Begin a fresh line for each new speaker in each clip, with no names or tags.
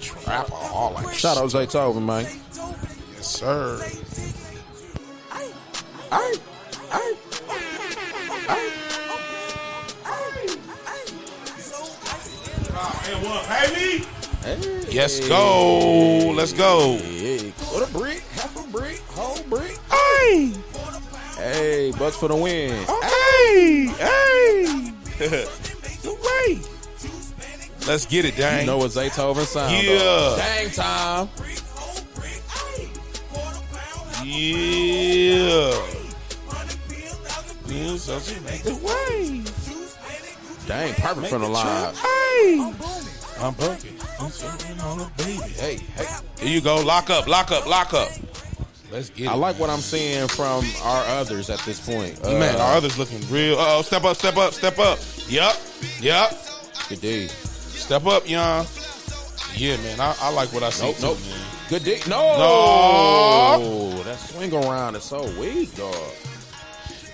Trapaholic.
Shout out Zaytoven, man.
Yes, sir.
Hey, hey,
Hey,
hey.
Yes, go. Let's go.
Yeah, What a brick, half a brick, whole brick.
Hey,
Hey, Bucks for the win.
hey, hey. Wait. Let's get it, dang.
You know what Zaytoven sound? dog.
Yeah.
Dang time.
Yeah. Yeah, so she make the way.
Dang, perfect from the line.
Hey.
I'm broken. I'm serving on a baby.
Hey, hey.
Here you go. Lock up, lock up, lock up. Let's get it.
I like what I'm seeing from our others at this point. Uh,
Man, our others looking real. Uh oh, step up, step up, step up. Yup, yup.
good D.
Step up, young. Yeah, man, I, I like what I see.
Nope,
too,
nope.
man.
Good D. No.
No.
That swing around is so weak, dog.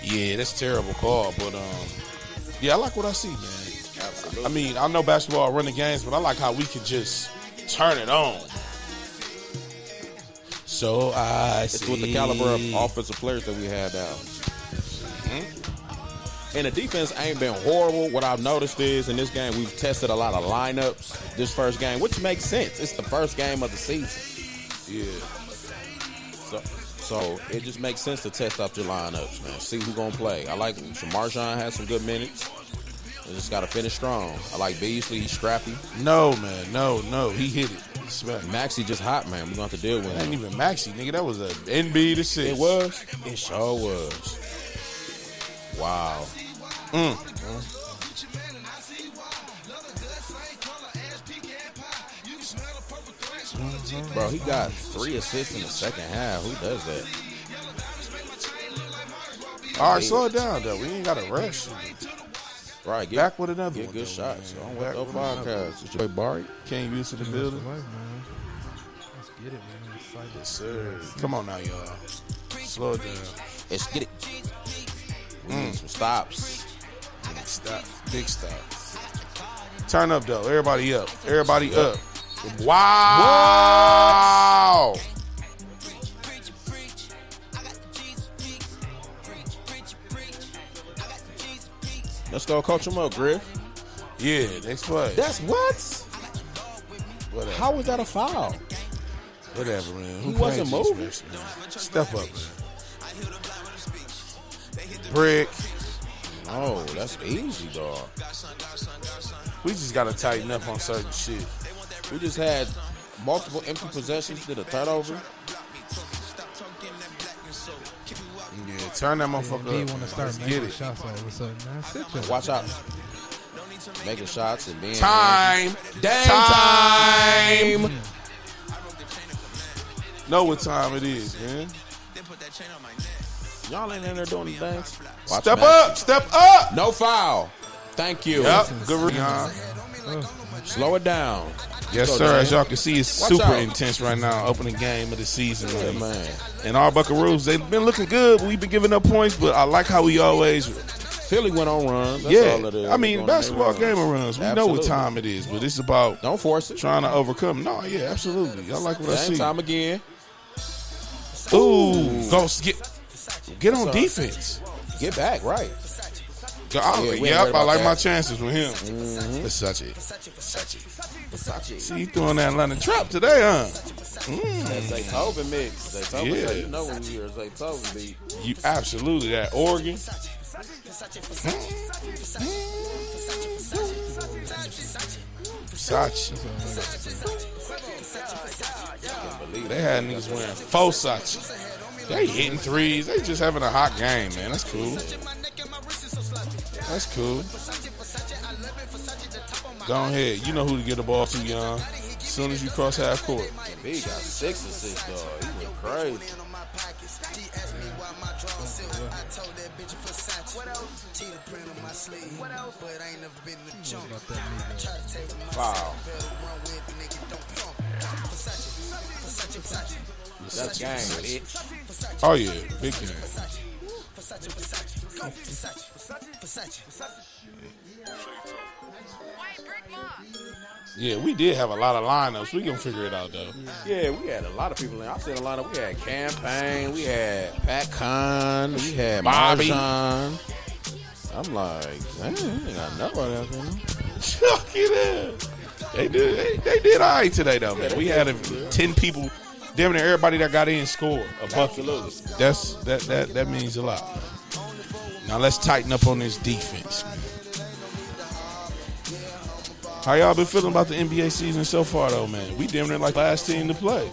Yeah, that's a terrible call, but um, yeah, I like what I see, man.
Absolutely.
I mean, I know basketball running games, but I like how we can just turn it on. So I
It's
see.
with the caliber of offensive players that we had now. Hmm? And the defense ain't been horrible. What I've noticed is in this game we've tested a lot of lineups this first game, which makes sense. It's the first game of the season. Yeah. So so it just makes sense to test out your lineups, man. See who's gonna play. I like some Marshawn has some good minutes. We just gotta finish strong. I like Beasley, he's scrappy.
No, man, no, no. He hit it. Smack.
Maxie just hot, man. We're gonna have to deal with
That ain't
him.
even Maxi, nigga. That was a NB to six.
It was? It sure was. Wow. Bro, he got three assists in the second half. Who does that?
All right, slow it down though. We ain't got to rush.
Right, get,
Back with another
get
one.
good
though,
shots.
man.
So I'm
Back
with the
with another one.
podcast. It's your boy Barry.
Came used to the building.
Let's get it, man. I'm excited.
Yes, sir. Come on now, y'all. Slow it down.
Let's get it. We need some stops.
Stop. Big stop. Turn up though. Everybody up. Everybody up. Wow.
Let's go coach him up, Griff.
Yeah. Next play.
That's what?
Whatever.
How was that a foul?
Whatever, man. Who
He wasn't
playing
moving.
Jesus, man? Step up, man. Brick.
Oh, that's easy, dog.
We just gotta tighten up on certain shit.
We just had multiple empty possessions, did a turnover.
Yeah, turn that motherfucker up.
D
man.
want to start
Let's get
making
it.
shots all of a sudden. Man, sit your
Watch out. Making shots and being
Time.
Dang
Time.
time.
Know what time it is, man.
Y'all ain't in there doing things. Watch
Step
Maxey.
up. Step up.
No foul. Thank you.
Yep. Good re-
Slow it down.
Yes,
Go,
sir.
Dan.
As y'all can see, it's
Watch
super
out.
intense right now. Opening game of the season,
Yeah,
man.
man.
And our Buckaroos, they've been looking good. We've been giving up points, but I like how we always.
Philly went on runs. That's all it is.
yeah, I
Going
mean
on
basketball
their
game of runs. We know what
Absolutely.
time it is, but it's about
Don't force it.
trying to overcome. No, yeah, absolutely. I like what I
Same
see.
time again.
Ooh, go s- get get on
Sorry.
defense.
Get back, right.
Go- I-
Yeah, we ain't worried
yep, I
about
like
that. Mm-hmm.
my chances with him. Versace. Versace. See, you throwing that London trap today, huh?
That's Zaytoven mix. Zaytoven,
Yeah.
say, you know when you hear Zaytoven beat.
You absolutely that Oregon. Versace.
Believe
They
it.
had niggas wearing Fosachi. They hitting threes. They just having a hot game, man. That's cool. That's cool. Go ahead. You know who to get the ball to, young. As soon as you cross half court.
B got six assists, dog. He went crazy. Wow. That's gang, bitch.
Oh yeah, big game.
White brick mall.
Yeah, we did have a lot of lineups. We gonna figure it out though.
Yeah, we had a lot of people in. I've seen a lot of. We had Campaign, we had Pat Con, we had
Bobby.
Bobby. I'm like, man, you ain't got nobody out there.
Chuck it up. They did. They, they did all right today though, man. We had a, ten people. Damn near everybody that got in scored a bucket. That's that that that means a lot. Now let's tighten up on this defense. man. How y'all been feeling about the NBA season so far though, man? We damn near like last team to play.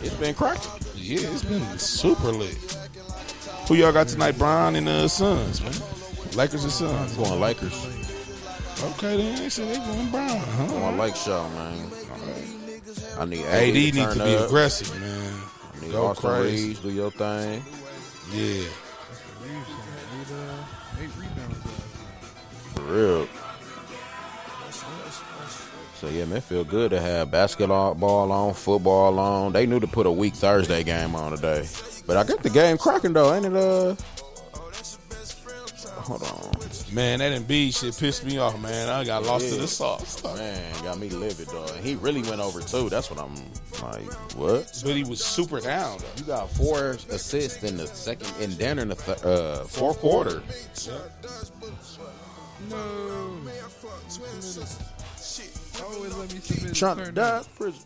It's been cracking.
Yeah, it's been super lit. Who y'all got tonight? Brian and uh, Suns, man. Lakers and Suns.
I'm going Lakers.
Okay, then they said they going Brian,
I'm
huh?
going Lake Show, man. I need AD,
AD
to,
needs
turn
to be
up.
aggressive, man.
I need
Go
Austin
crazy.
Reeves, do your thing.
Yeah.
Reeves had eight, uh, eight rebounds last
For real. So yeah, man, feel good to have basketball ball on, football on. They knew to put a weak Thursday game on today, but I got the game cracking though, ain't it? Uh, hold on,
Man, that Embiid shit pissed me off, man. I got lost to
Yeah.
the sauce.
man, got me livid dog. He really went over too. That's what I'm like. What?
But he was super down, though.
You got four assists in the second, and then in the th- uh, fourth quarter.
night. No. Always let me submit a
Trying to
turnover.
die prison.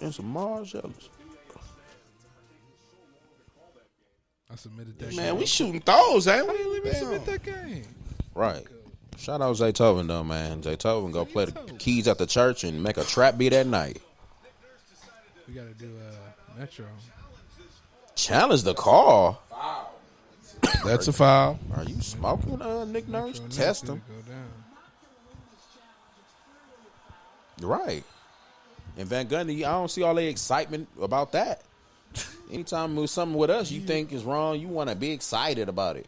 And some Mars Ellis.
I submitted that
Man,
game.
we shooting throws, ain't
I
we? Damn.
submit that game.
Right. Shout out Zaytoven though, man. Zaytoven go play the keys at the church and make a trap beat at night.
We gotta do uh, Metro.
Challenge the call.
That's a foul.
Are you smoking, uh, Nick Nurse?
Metro
Test
needs
him.
to Go down.
Right. And Van Gundy, I don't see all the excitement about that. Anytime there's something with us you think is wrong, you want to be excited about it.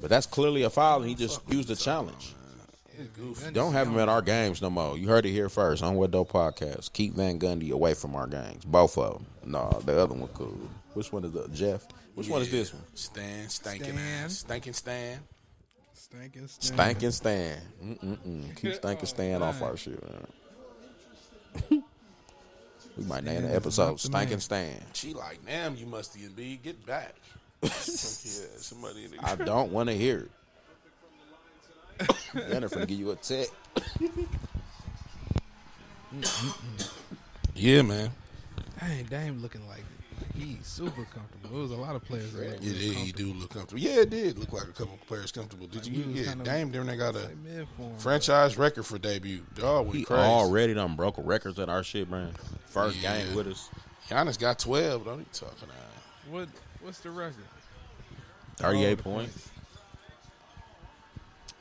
But that's clearly a foul, and he just used the challenge. Don't have him at our games no more. You heard it here first on What Dope Podcast. Keep Van Gundy away from our games. Both of them. No, the other one cool. Which one is the Jeff? Which one is this one?
Stan, stinking
Stan.
ass. Stinking Stan.
Stankin' Stan.
Stankin' Stan. Mm-mm-mm. Keep Stankin' Stan off our shit. man. we might name the
is
episode
not the man.
Stankin' Stan.
She like, damn, you musty Embiid. Get back. Funky ass. Somebody in the
I don't want to hear it. Jennifer, give you a tech.
Yeah, man.
Dang, Dame looking like he's super comfortable. It was a lot of players that looked
Yeah,
really
yeah, he
comfortable.
do look comfortable. Yeah, it did look like a couple players comfortable. Did you?
He was
Yeah,
kinda-
damn, damn, they got a
Like mid form.
franchise record for debut. Dog went
He
crazy.
already done broke records at our shit, man. First
Yeah.
game with us.
Giannis got twelve. Don't you talking about?
What what's the record?
38
Oh,
points.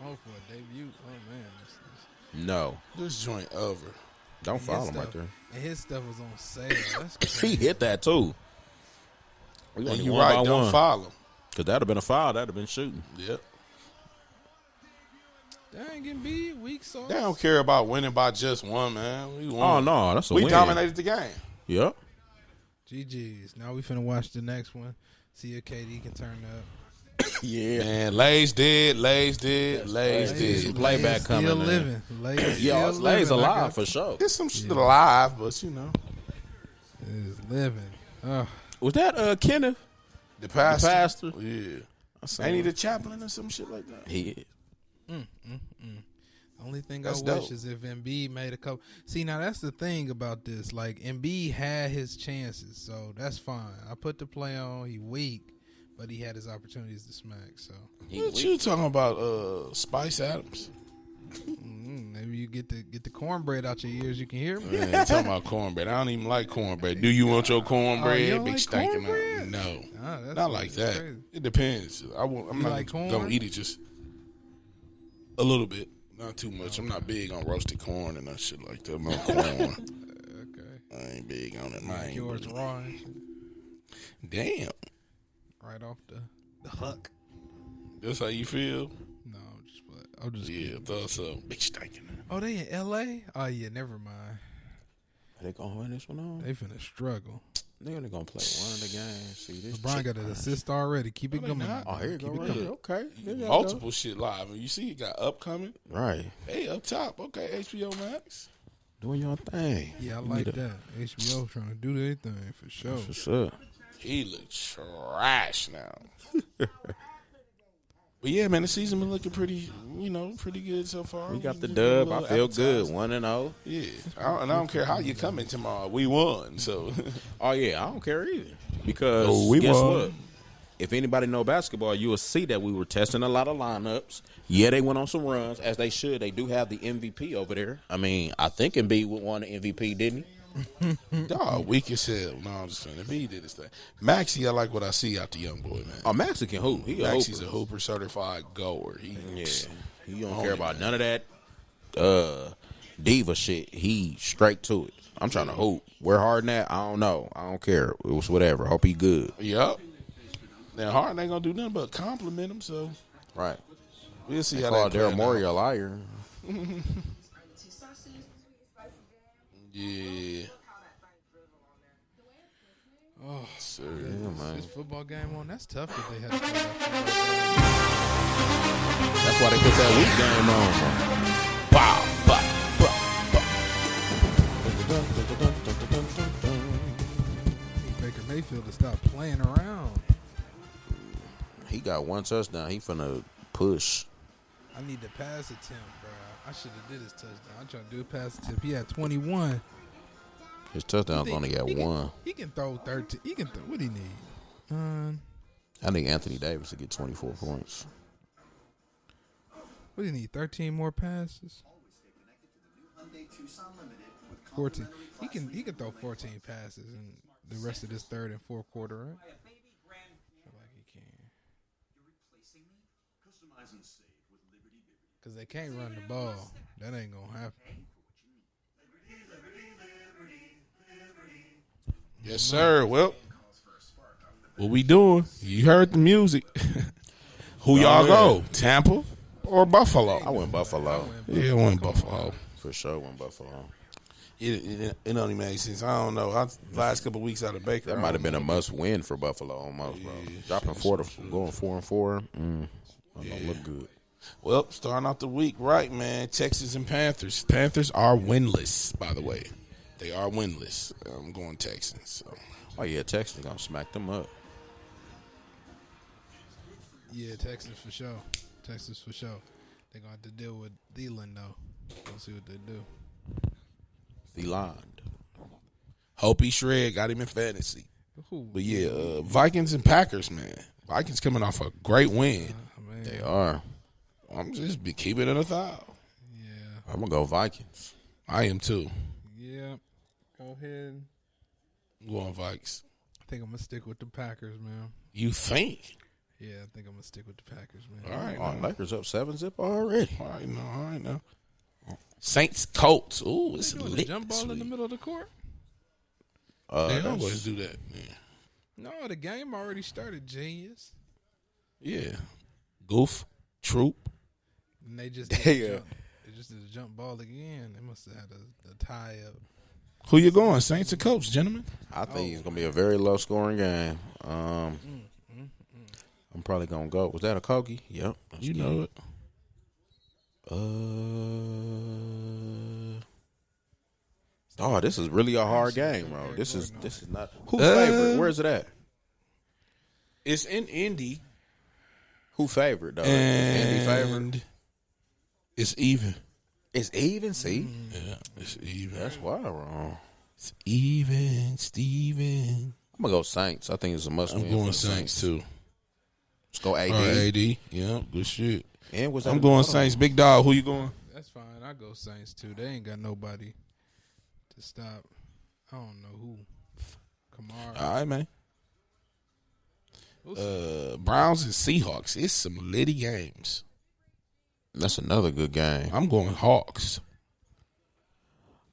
Oh, for a debut. Oh man. This- this-
No.
This joint over.
Don't
and
foul
his
him right
stuff-
there.
And his stuff was on sale. That's
He
crazy.
hit that too. We
And
only
you
won
right?
by
Don't
one.
foul him.
Cause that'd have been a foul. That'd have been shooting.
Yep.
Dang Embiid, weak sauce.
They don't care about winning by just one, man. We won.
Oh no, that's a
we
win.
dominated the game.
Yep.
GG's. Now we finna watch the next one. See if KD can turn up.
Yeah.
Man, Lays did, Lays did, Lays
right. Some
did.
playback
Still
coming in.
living. Lays
Yeah,
still
Lay's
living. I
alive
got-
for sure.
It's some shit alive, but you know
Is living. Oh,
Was that uh Kenneth?
the pastor.
pastor.
Yeah.
I seen
Ain't he
him.
the chaplain or some shit like that?
He is.
Only thing
That's
I
dope.
wish is if Embiid made a couple. See, now that's the thing about this. Like Embiid had his chances, so that's fine. I put the play on. He weak, but he had his opportunities to smack. So
He
What
weak.
you talking about, uh, Spice Adams?
mm, maybe you get the get the cornbread out your ears. You can hear me.
Man, talking about cornbread. I don't even like cornbread. Do you want your cornbread?
Oh, you don't
Big
like
stinking.
cornbread?
No,
Nah, that's-
not like
that's
that.
crazy.
It depends. I will, I'm
You
not
like corn?
gonna eat it just a little bit, not too much. I'm not big on roasted corn and that shit like that. I'm not corn.
Okay.
I ain't big on it. I ain't
Yours
really-
raw and shit,
Damn,
right off the the hook.
that's how you feel.
No, I'm just but I'm just.
Yeah, thought so. Big stinking.
Oh, they in L.A. Oh yeah, never mind.
Are they gonna win this one on?
They finna struggle.
They only gonna play one of the games. See this?
LeBron
chick-
got an assist already. Keep it
they
coming.
not?
Oh, here you
Keep
go.
it
Right
coming.
here. Okay. There you go.
Multiple shit live. And you see, it got upcoming.
Right.
Hey, up top. Okay, HBO Max.
Doing your thing.
Yeah, I
You
like
need to-
that. HBO trying to do their thing for sure.
For sure.
He looks trash now. but yeah, man, the season been looking pretty, you know, pretty good so far.
We got the
Just
dub.
a
I
little
feel good.
appetizer.
One and oh. zero.
Yeah, I don't, and I don't care how you coming tomorrow. We won, so
Oh yeah, I don't care either. Because
No, we
guess
won.
what? If anybody know basketball, you will see that we were testing a lot of lineups. Yeah, they went on some runs as they should. They do have the MVP over there. I mean, I think Embiid would won the MVP, didn't he?
dog weak as hell. No, I'm just saying. B did his thing. Maxie, I like what I see out the young boy, man.
Oh, Mexican who? He a
Maxie's a
hooper.
hooper certified goer. He,
Yeah, he
Oh,
don't care about
yeah.
none of that uh diva shit. He straight to it. I'm trying to hoop. We're hard at. I don't know. I don't care. It was whatever. Hope he good.
Yep. Now Harden ain't gonna do nothing but compliment him, so
Right.
we'll see how
Call
that
Daryl
pan
Morey
out.
a liar.
Yeah.
Oh,
Sir.
Yeah, man.
this football game on. That's tough if they have to play that football game.
That's why they put that week game on. Man.
Wow. Bah, bah, bah.
Need Baker Mayfield to stop playing around.
He got one touchdown. He finna push.
I need the pass attempt, bro. I should have did his touchdown. I'm trying to do a pass attempt. He had 21.
His touchdowns only got
he can-
one.
He can throw 13. He can throw. What he need? Um,
I think Anthony Davis would get 24 points.
what he need? 13 more passes. 14. He can. He can throw 14 passes in the rest of this third and fourth quarter, right? Feel like he can. Cause they can't run the ball. That ain't gonna happen.
Yes, sir. Well, what we doing? You heard the music. Who y'all go? Tampa or
I
Buffalo?
went Buffalo.
Yeah, I went Buffalo.
For sure went Buffalo.
It, it, it only made sense. I don't know. I, last couple weeks out of Baker,
That
I
might have
don't-
been a must win for Buffalo almost, bro. Dropping four to going four and four. Mm, I don't look good.
Well, starting out the week right, man. Texas and Panthers. Panthers are winless, by the way. They are winless. I'm going Texans. So.
Oh yeah, Texas gonna smack them up.
Yeah, Texas for sure. Texas for sure. They're gonna have to deal with Thielen though. We'll see what they do.
The line.
Hope he shred. Got him in fantasy.
Ooh,
But yeah, uh, Vikings and Packers, man. Vikings coming off a great win.
I mean,
They are.
I'm just be keeping it a thou.
yeah,
I'm gonna go Vikings.
I am too.
yeah. Go ahead.
I'm going Vikes.
I think I'm gonna stick with the Packers, man.
You think?
Yeah, I think I'm gonna stick with the Packers,
All
man.
right.
Oh,
now.
Lakers up seven zip already.
All right now. All right now. Saints Colts. Ooh, it's
Doing the
lit.
jump
this
ball in the
week.
middle of the court?
Uh,
They
that's-
always do that. man.
No, the game already started, genius.
Yeah. Goof. Troop.
And they just did
Yeah.
a jump. They just did a jump ball again. They must have had a, a tie up.
Who you going? Saints or Colts, gentlemen?
I
Oh.
think it's gonna be a very low scoring game.
Mm,
Um, I'm probably gonna go. Was that a Kogi? Yep. That's
You
good.
know it.
Uh, oh, this is really a hard game, bro. This is this is not who
Uh,
favorite. Where's it at?
It's in Indy.
Who favorite though? Is Indy favorite.
And it's even.
It's even. See,
Yeah, it's even.
that's why I'm wrong.
It's even, Steven.
I'm gonna go Saints. I think it's a must
I'm
win. for
going
the
Saints too.
Let's go AD.
All right, AD. Yeah, good shit.
And was that
I'm
a-
going
hold on.
Saints. Big dog, who you going?
That's fine. I go Saints too. They ain't got nobody to stop. I don't know who. Kamara.
All right, man. Uh, Browns and Seahawks. It's some litty games.
That's another good game.
I'm going Hawks.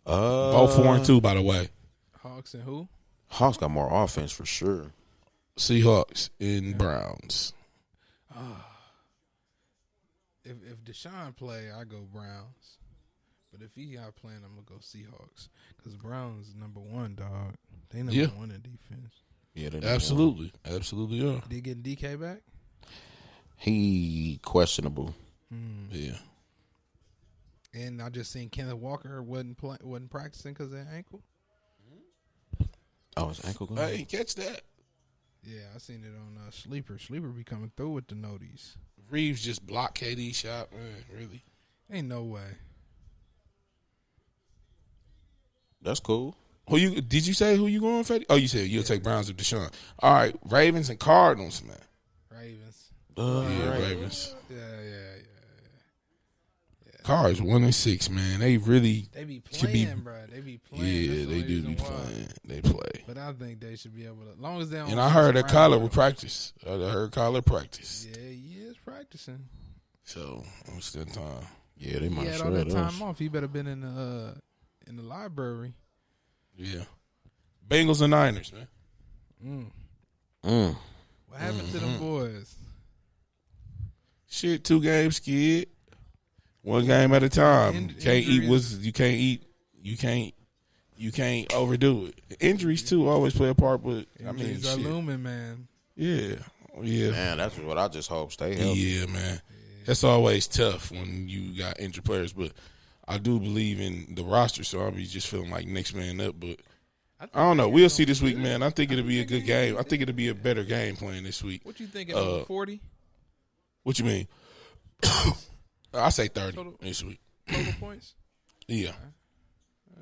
Uh,
Both four and two, by the way.
Hawks and who?
Hawks got more offense for sure.
Seahawks and Browns.
If if Deshaun play, I go Browns. But if he out playing, I'm gonna go Seahawks because Browns number one dog. They number
Yeah.
one in defense.
Yeah, they-
Absolutely, absolutely, yeah,
Did get DK back?
He questionable.
yeah.
And I just seen Kenneth Walker wasn't play, wasn't practicing because of that ankle.
Oh, his ankle going.
I ain't catch that.
Yeah, I seen it on uh, Sleeper. Sleeper be coming through with the noties.
Reeves just blocked KD shot, man. Really?
Ain't no way.
That's cool.
Who you? Did you say who you going, Fetty? Oh, you said you'll take Browns with Deshaun. All right, Ravens and Cardinals, man.
Ravens.
Uh,
Yeah, Ravens.
Yeah, yeah, yeah.
Cards one and six, man. They really,
They be
Should be-
playing, bruh. They be playing.
yeah,
That's the
they
only
do be
reason why.
playing. They play.
But I think they should be able to, as long as they don't.
And I heard that
Brown-
Kyler will practice. I heard Kyler practice.
Yeah, he is practicing.
So I'm still time.
Yeah, they
He
might
had all
shred
that
us.
time off. He better been in the uh, in the library.
Yeah. Bengals and Niners, man.
Mm.
What happened to them boys?
Shit, two games, kid. One game at a time.
In-
you can't eat
injuries-
what's you can't eat. You can't you can't overdo it. Injuries too always play a part, but I mean,
Injuries are
shit.
looming, man.
yeah, yeah,
Man, that's what I just hope stay healthy.
yeah, man. That's always tough when you got injured players, but I do believe in the roster, so I'll be just feeling like next man up. But I don't know. We'll see this week, man. I think it'll be a good game. I think it'll be a better game plan this week.
What you thinking? Over
Uh,
forty
What you mean? I say thirty
Total-
this week.
total points.
Yeah.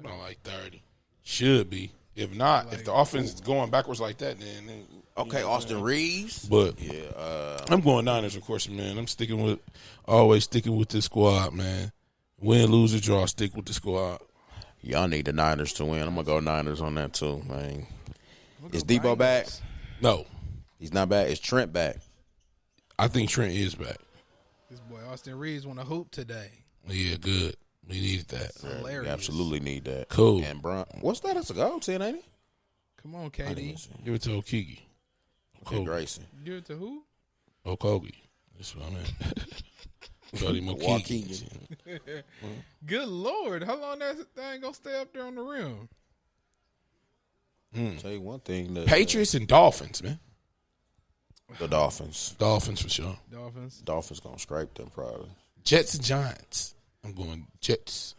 Not like 30. Should be. If not, if the offense is going backwards like that, then. then
Okay, Austin Reeves.
but
Yeah, uh,
I'm going Niners, of course, man. I'm sticking with, always sticking with this squad, man. Win, lose, or draw, stick with the squad.
y'all need the Niners to win. I'm gonna go Niners on that too, man. Is Debo back?
No,
He's not back. Is Trent back?
I think Trent is back.
This boy Austin Reeves won a hoop today.
Yeah, good. We needed that.
Hilarious.
We absolutely need that.
Cool.
And Bron, what's that? That's a goal ten, ain't it?
Come on,
I didn't even
KD.
see.
Give it to Okiki.
Okay,
Cool.
Grayson.
Give it to who?
Okogi. That's what I meant. Cody Mokiki.
Waukegan.
Good lord, how long that thing gonna stay up there on the rim?
Tell you one thing, the,
Patriots and Dolphins, man.
the Dolphins.
Dolphins for sure.
Dolphins.
Dolphins gonna scrape them probably.
Jets and Giants. I'm going Jets.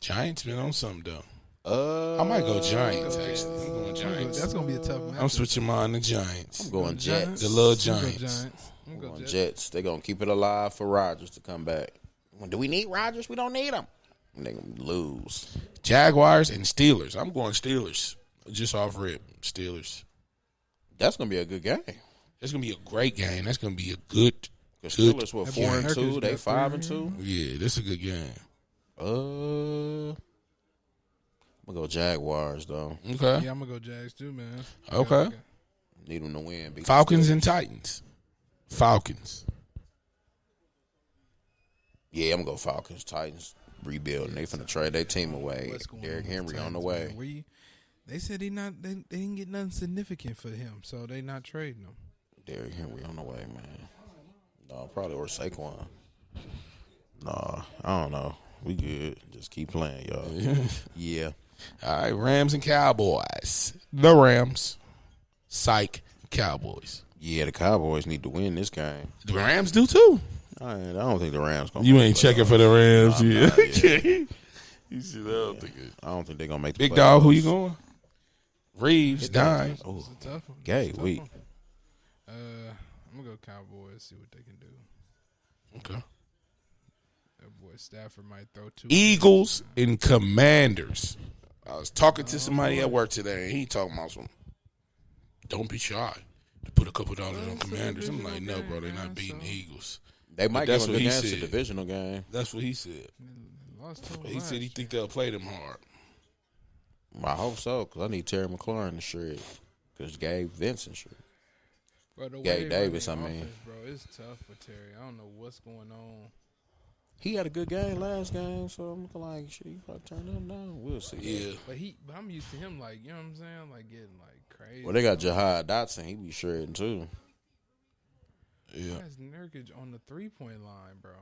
Giants been on something though.
Uh,
I might go Giants actually. Uh, I'm going Giants.
That's gonna be a tough match.
I'm switching mine to Giants.
I'm going Jets.
The little
I'm gonna go
Giants.
Giants. I'm
I'm
gonna go
going
Jets.
Jets. They're gonna keep it alive for Rodgers to come back. Do we need Rodgers? We don't need him. They gonna lose.
Jaguars and Steelers. I'm going Steelers. Just off rip. Steelers.
That's gonna be a good game.
That's gonna be a great game. That's gonna be a good,
The
good.
Steelers were
That
four
boy Mm-hmm.
and
Hercules
two.
got
They five
three.
and two.
Yeah, this is a good game.
Uh, I'm gonna go Jaguars though.
Okay.
Yeah, I'm gonna go Jags too, man.
Okay.
Need them to win. because-
Falcons and Titans. Falcons.
Yeah, I'm gonna go Falcons. Titans rebuilding. They finna trade their team away.
What's going
Derrick
on with
Henry on the
Titans,
way.
man? Where you- they said he not they, they didn't get nothing significant for him, so they not trading him.
Derrick Henry on the way, man. No, probably or Saquon. Nah, I don't know. We good. Just keep playing, y'all. yeah.
All right, Rams and Cowboys. The Rams. Psych Cowboys.
Yeah, the Cowboys need to win this game.
The Rams do too.
I, ain't- I don't think the Rams gonna.
You
make
ain't
the
checking
playoffs.
for the Rams, yeah.
not yet.
you see that?
I don't think they're gonna make the
Big dog, who
playoffs.
you going? Reeves, Dime.
Oh,
It's a tough one.
gay
It's a tough
week.
one. Uh, I'm gonna go Cowboys. See what they can do.
Okay.
That boy Stafford might throw two.
Eagles and Commanders. I was talking to somebody at work today, and he talking about some. Don't be shy to put a couple dollars on Commanders. I'm like, no, bro, they're not beating the Eagles.
They might give
that's
them a
what
good
he
game to
said.
divisional game.
That's what he said.
Lost to him
He said he
last
think they'll play them hard.
I hope so, because I need Terry McLaurin to shred. Because Gabe Vincent shred.
Bro, the
Gabe
way they run
Davis,
their
I mean.
offense, bro, it's tough for Terry. I don't know what's going on.
He had a good game last game, so I'm looking like, shit, you probably turn him down. We'll see.
Yeah.
But he, but I'm used to him, like you know what I'm saying, like getting like crazy.
Well, they got Jahad Dotson. He be shredding, too.
Yeah.
That's Nurkic on the three point line, bro.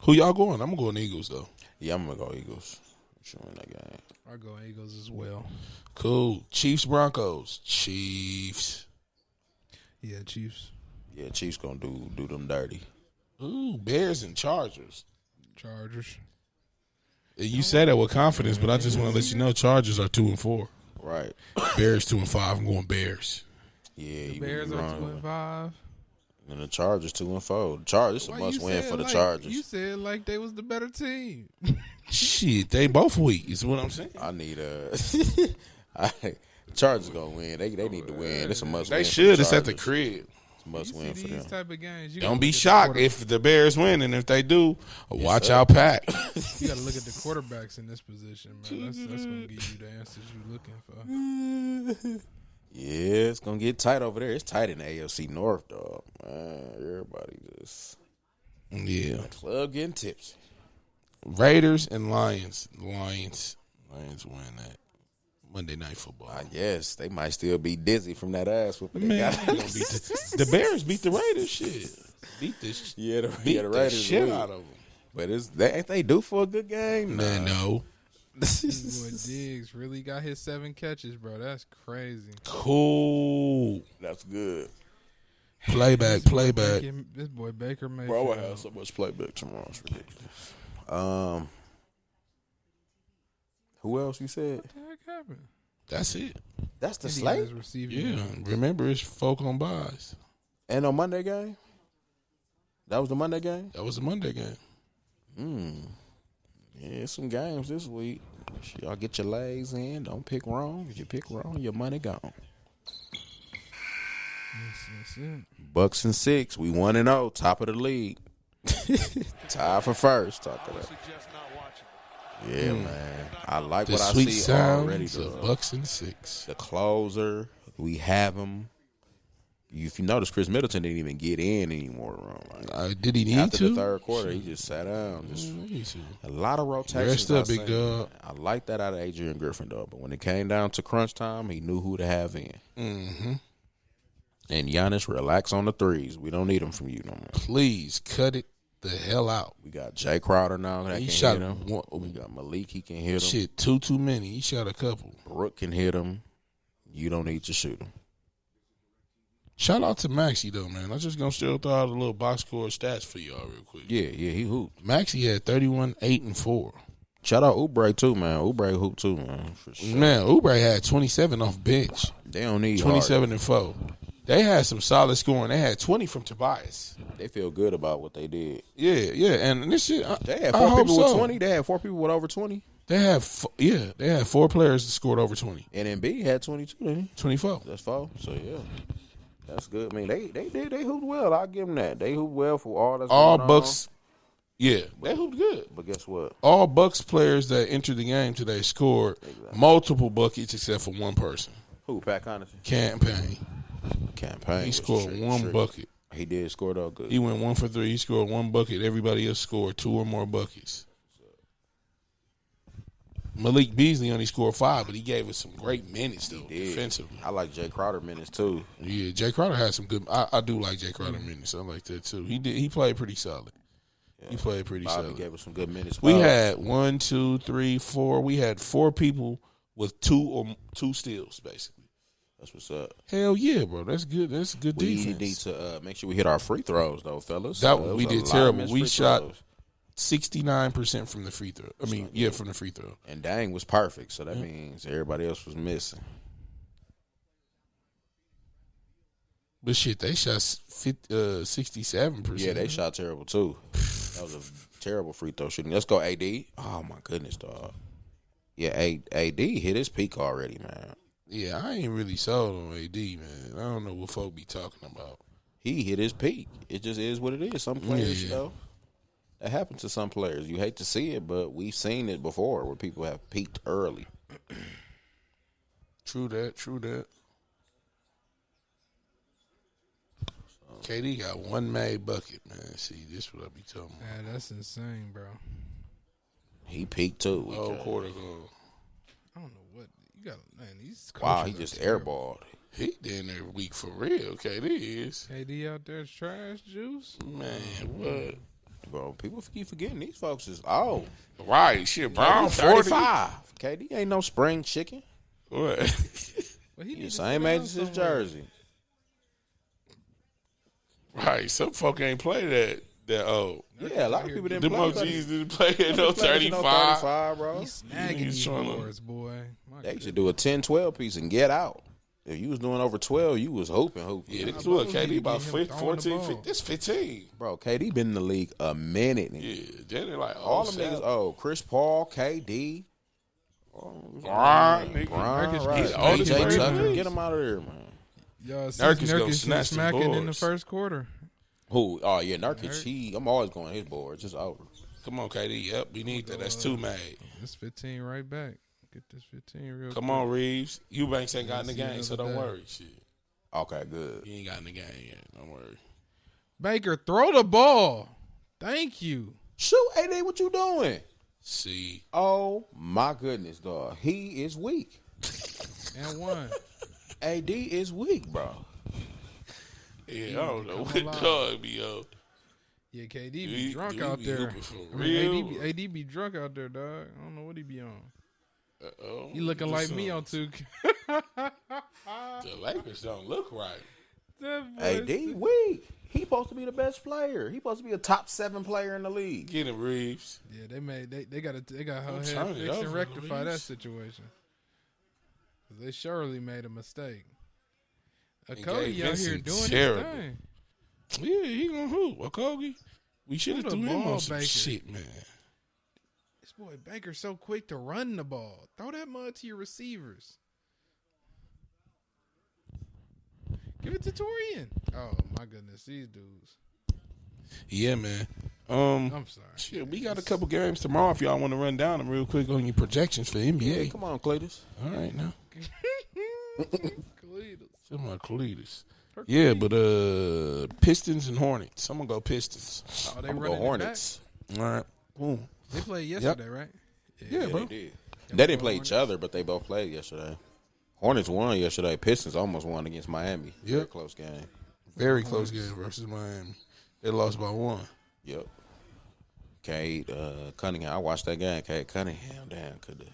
Who y'all going? I'm going Eagles, though.
Yeah, I'm gonna go Eagles. Should win that game.
I go Eagles as well.
Cool. Chiefs Broncos. Chiefs.
Yeah, Chiefs,
Yeah, Chiefs gonna do do them dirty.
Ooh, Bears and Chargers.
Chargers.
And You say that with confidence, but I just want to let you know Chargers are two and four.
Right.
Bears two and five. I'm going Bears.
Yeah, you
Bears
wouldn't be
are
wrong.
two and five.
And the Chargers two and four. The Chargers a
Why
must
you
win
said
for the
like-
Chargers.
You said like they was the better team.
Shit, they both weak. Is what I'm saying.
I need a. I, Chargers gonna win. They they need to win. It's a must.
They
win for
should.
The
It's at the
Chargers.
crib.
It's a must
You see
win for
these
them.
type of games. You
Don't
gotta
be
look at the
shocked
quarter-
if the Bears win, and if they do, watch
sir.
out, pack.
You gotta look at the quarterbacks in this position, man. That's, that's gonna give you the answers you're looking for.
yeah, it's gonna get tight over there. It's tight in the AFC North, dog. Man, everybody just
yeah,
club getting tips.
Raiders and Lions. Lions. Lions win that Monday Night Football.
I guess they might still be dizzy from that ass whooping. They
Man,
got.
they gonna beat the, the Bears beat the Raiders. Shit, beat the sh-
Yeah, the,
beat
yeah, the
the,
Raiders
shit
win.
out of them.
But it's they ain't they due for a good game.
Man, no.
Boy, Diggs really got his seven catches, bro. That's crazy.
Cool.
That's good.
Playback, playback.
Give- This boy Baker made.
Bro, I would have so much playback tomorrow. It's ridiculous. Um, who else you said?
What the heck happened?
That's it.
That's the
Indiana's
slate.
receiving.
Yeah. Remember, it's folk on buys.
And on Monday game, that was the Monday game.
That was the Monday game.
Mm. Yeah, it's some games this week. Shit, Y'all get your legs in. Don't pick wrong. If you pick wrong, your money gone.
Yes, yes, yes.
Bucks and six. We one and zero. Top of the league. Tied for first. Talk about. Yeah, man. I like
Hmm. The
what I
sweet
see already.
sounds of
dog.
Bucks and Six.
the closer. We have him. You- If you notice, Chris Middleton didn't even get in anymore. Ron. Like,
Uh, did he need
after
to?
the third quarter, he just sat down. Just
Mm, he should.
a lot of rotation.
Rest up, big dog.
I like that out of Adrian Griffin, though. But when it came down to crunch time, he knew who to have in.
Mm-hmm.
And Giannis, relax on the threes. We don't need them from you no more.
Please cut it the hell out.
We got Jay Crowder now that
He
can
shot
hit him.
one-
We got Malik, he can hit him.
Shit, two too many. He shot a couple.
Brooke can hit him. You don't need to shoot him.
Shout out to Maxie though, man. I'm just gonna still throw out a little box score stats for y'all real quick.
Yeah, yeah, he hooped.
Maxie had 31, eight and four.
Shout out Oubre too, man. Oubre hoop too, man. For sure.
Man, Oubre had 27 off bench,
They don't need 27.
27 and four. They had some solid scoring. They had 20 from Tobias.
They feel good about what they did.
Yeah, yeah, and this shit. I,
They had
I
four
hope
people with
so.
twenty. They had four people with over twenty.
They have, f- yeah, they had four players that scored over 20.
And Embiid had twenty two. Didn't he?
24.
That's four. So yeah, that's good. I mean, they they did they hooped well. I give them that. They hooped well for all that's
All
going on.
Bucks, yeah, they hooped good.
But guess what?
All Bucks players that entered the game today scored multiple buckets except for one person.
Who Pat Connaughton
Campaign.
campaign?
He
was
scored
tricky,
one
tricky.
bucket.
He did score though. Good.
He went one for three. He scored one bucket. Everybody else scored two or more buckets. Malik Beasley only scored five, but he gave us some great minutes though
did.
defensively.
I like Jay Crowder minutes too.
Yeah, Jay Crowder had some good. I, I do like Jay Crowder
Mm-hmm.
minutes. I like that too. He did. He played pretty solid. He played pretty
Bobby
solid.
gave us some good minutes.
We
Uh,
had one, two, three, four. We had four people with two or m- two steals, basically.
that's what's up.
Hell yeah, bro. That's good. That's good
We
defense.
need to uh, make sure we hit our free throws though, fellas.
That-
Uh, it was
we
a
did
lot of
terrible.
missed
We
free
shot-
throws.
Sixty nine percent from the free throw. I mean, yeah, from the free throw.
and Dang was perfect. So that means everybody else was missing.
But shit, they shot sixty seven percent.
Yeah, they shot terrible too. That was a terrible free throw shooting. Let's go, AD. Oh my goodness, dog. Yeah, A- AD hit his peak already, man.
Yeah, I ain't really sold on AD, man. I don't know what folk be talking about.
He hit his peak. It just is what it is. Some players,
Yeah.
you know, that happens to some players. You hate to see it, but we've seen it before where people have peaked early.
True that. True that. KD got one made bucket, man. See, this what I be talking about.
Yeah, that's insane, bro.
He peaked too. We
Whole
got-
quarter gone.
I don't know what you got. Man, these
wow, he
coaches are
just
terrible.
airballed.
He down there weak for real. KD is
KD out there is trash juice.
man. What?
Bro, people keep forgetting these folks is oh
Right, shit, Brown forty five.
45. KD ain't no spring chicken.
What?
Well, he
He
need
the
to
same
sit
age
down
as his
somewhere.
jersey.
right, some folk ain't play that that old.
Yeah, a lot of people didn't
Them
play. buddy.
OGs didn't play at no
Didn't play
thirty
no
five.
35, bro.
He's snagging
He's
these
trying to-
boards, boy. My
They
God.
should do a 10 12 piece and get out. If you was doing over 12, you was hoping, hoping.
Yeah, this,
Nah,
look,
bro, we
KD
need to
about
get him
15,
throwing the
14,
ball.
15, this fifteen.
Bro, KD been in the league a minute. nigga.
Yeah, then they like
All them
niggas.
niggas, oh, Chris Paul, KD,
Brian, nigga.
Brian,
Nurkic
right.
is the oldest
J.
player in the
Tucker,
league.
get him out of here, man.
Y'all see
Nurkic gonna
Nurkic is
snatch the
smacking in the
boards.
first quarter.
Who? Oh, yeah, Nurkic, he, I'm always going his boards. It's over.
Come on, KD. Yep, we need that. That's two made.
This 15 right back. Get this 15 real
Come
quick.
on, Reeves. Eubanks ain't got in the
Yeah,
game, so
see the
don't
other day.
worry. Shit,
Okay, good.
he ain't got in the game yet. Don't worry.
Baker, throw the ball. Thank you.
Shoot, AD, what you doing?
See,
Oh, my goodness, dog. He is weak.
And one.
AD is weak, bro.
yeah, I don't know
come
what
alive.
dog be yo.
Yeah, KD be
Dude,
drunk
dude
out
be
there.
hooping for
I mean,
real.
AD, be, AD be drunk out there, dog. I don't know what he be on.
Uh-oh.
He looking like
Listen,
me on 2K.
The Lakers don't look right.
That boy
AD
said-
weak. He supposed to be the best player. He supposed to be a top seven player in the league.
Get him, Reeves.
Yeah, they made they they got to they got her
Don't
head
turn it
fixed and
over,
rectify that
Luis.
situation. 'Cause They surely made a mistake. A
And
Cody
gave
out here
Vincent
doing
terrible.
his thing.
Yeah, he gonna hoop. Okogie. We should have
Who the
threw him
ball
on some
baker?
shit, man.
This boy Baker's so quick to run the ball. Throw that mud to your receivers. Give it to Torian. Oh my goodness, these dudes.
Yeah, man. Um,
I'm sorry.
shit, we got a couple games tomorrow. If y'all want to run down them real quick on your projections for NBA.
Come on, Cletus.
All right, now.
Cletus.
Some my Cletus. Yeah, but uh, Pistons and Hornets. I'm gonna go Pistons.
Oh, they
I'm gonna
running
go
it
Hornets.
All right. Boom.
back? They played yesterday, right?
Yeah,
Yeah,
bro.
they did. They didn't play each other, but they both played yesterday. Hornets won yesterday. Pistons almost won against Miami. Very
Yep.
close game.
Very close game versus Miami. They lost by one.
Yep. Cade uh, Cunningham. I watched that game. Cade Cunningham. Damn, could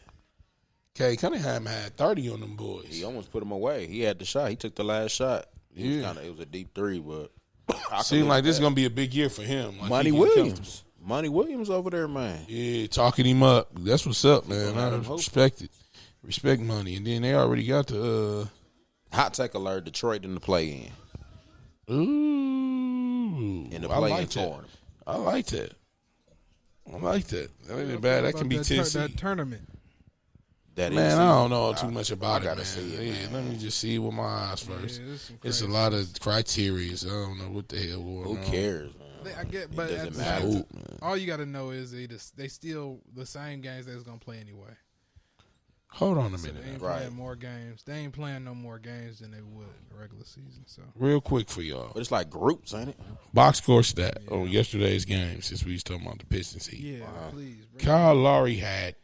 Kay Cunningham had 30 on them boys.
he almost put him away? He had the shot. He took the last shot. It was
Yeah.
kinda, it was a deep three, but I could
Seemed
live
like
with
this is gonna be a big year for him. Like,
that.
he
Money
getting comfortable.
Williams. Money Williams over there, man.
Yeah, talking him up. That's what's up, man.
gonna
I
have him hope.
respect it. Respect money, and then they already got the
Hot take alert. Detroit in the play in.
uh, ooh
In the
I
play-in
like that.
tournament.
I like that. I like that. That ain't bad. That can be Tennessee.
that tournament.
That
Man,
is-
I don't know too much about
I gotta
it. Man.
see it,
Yeah, let me just see it with my eyes first.
Yeah, there's some
it's a
crazy
lot of criteria. I don't know what the hell going
Who
on.
cares? Man?
They- I get, but at
doesn't
the
matter.
same
Ooh,
time, all you got to know is they just, they still the same games they was gonna play anyway.
Hold on a
So they
minute.
ain't
Right.
playing more games. They ain't playing no more games than they would in the regular season. So
Real quick for y'all.
But it's like groups, ain't it?
Box score stat on yesterday's game since we was talking about the Pistons. Heat.
yeah, please. Bro.
Kyle Lowry had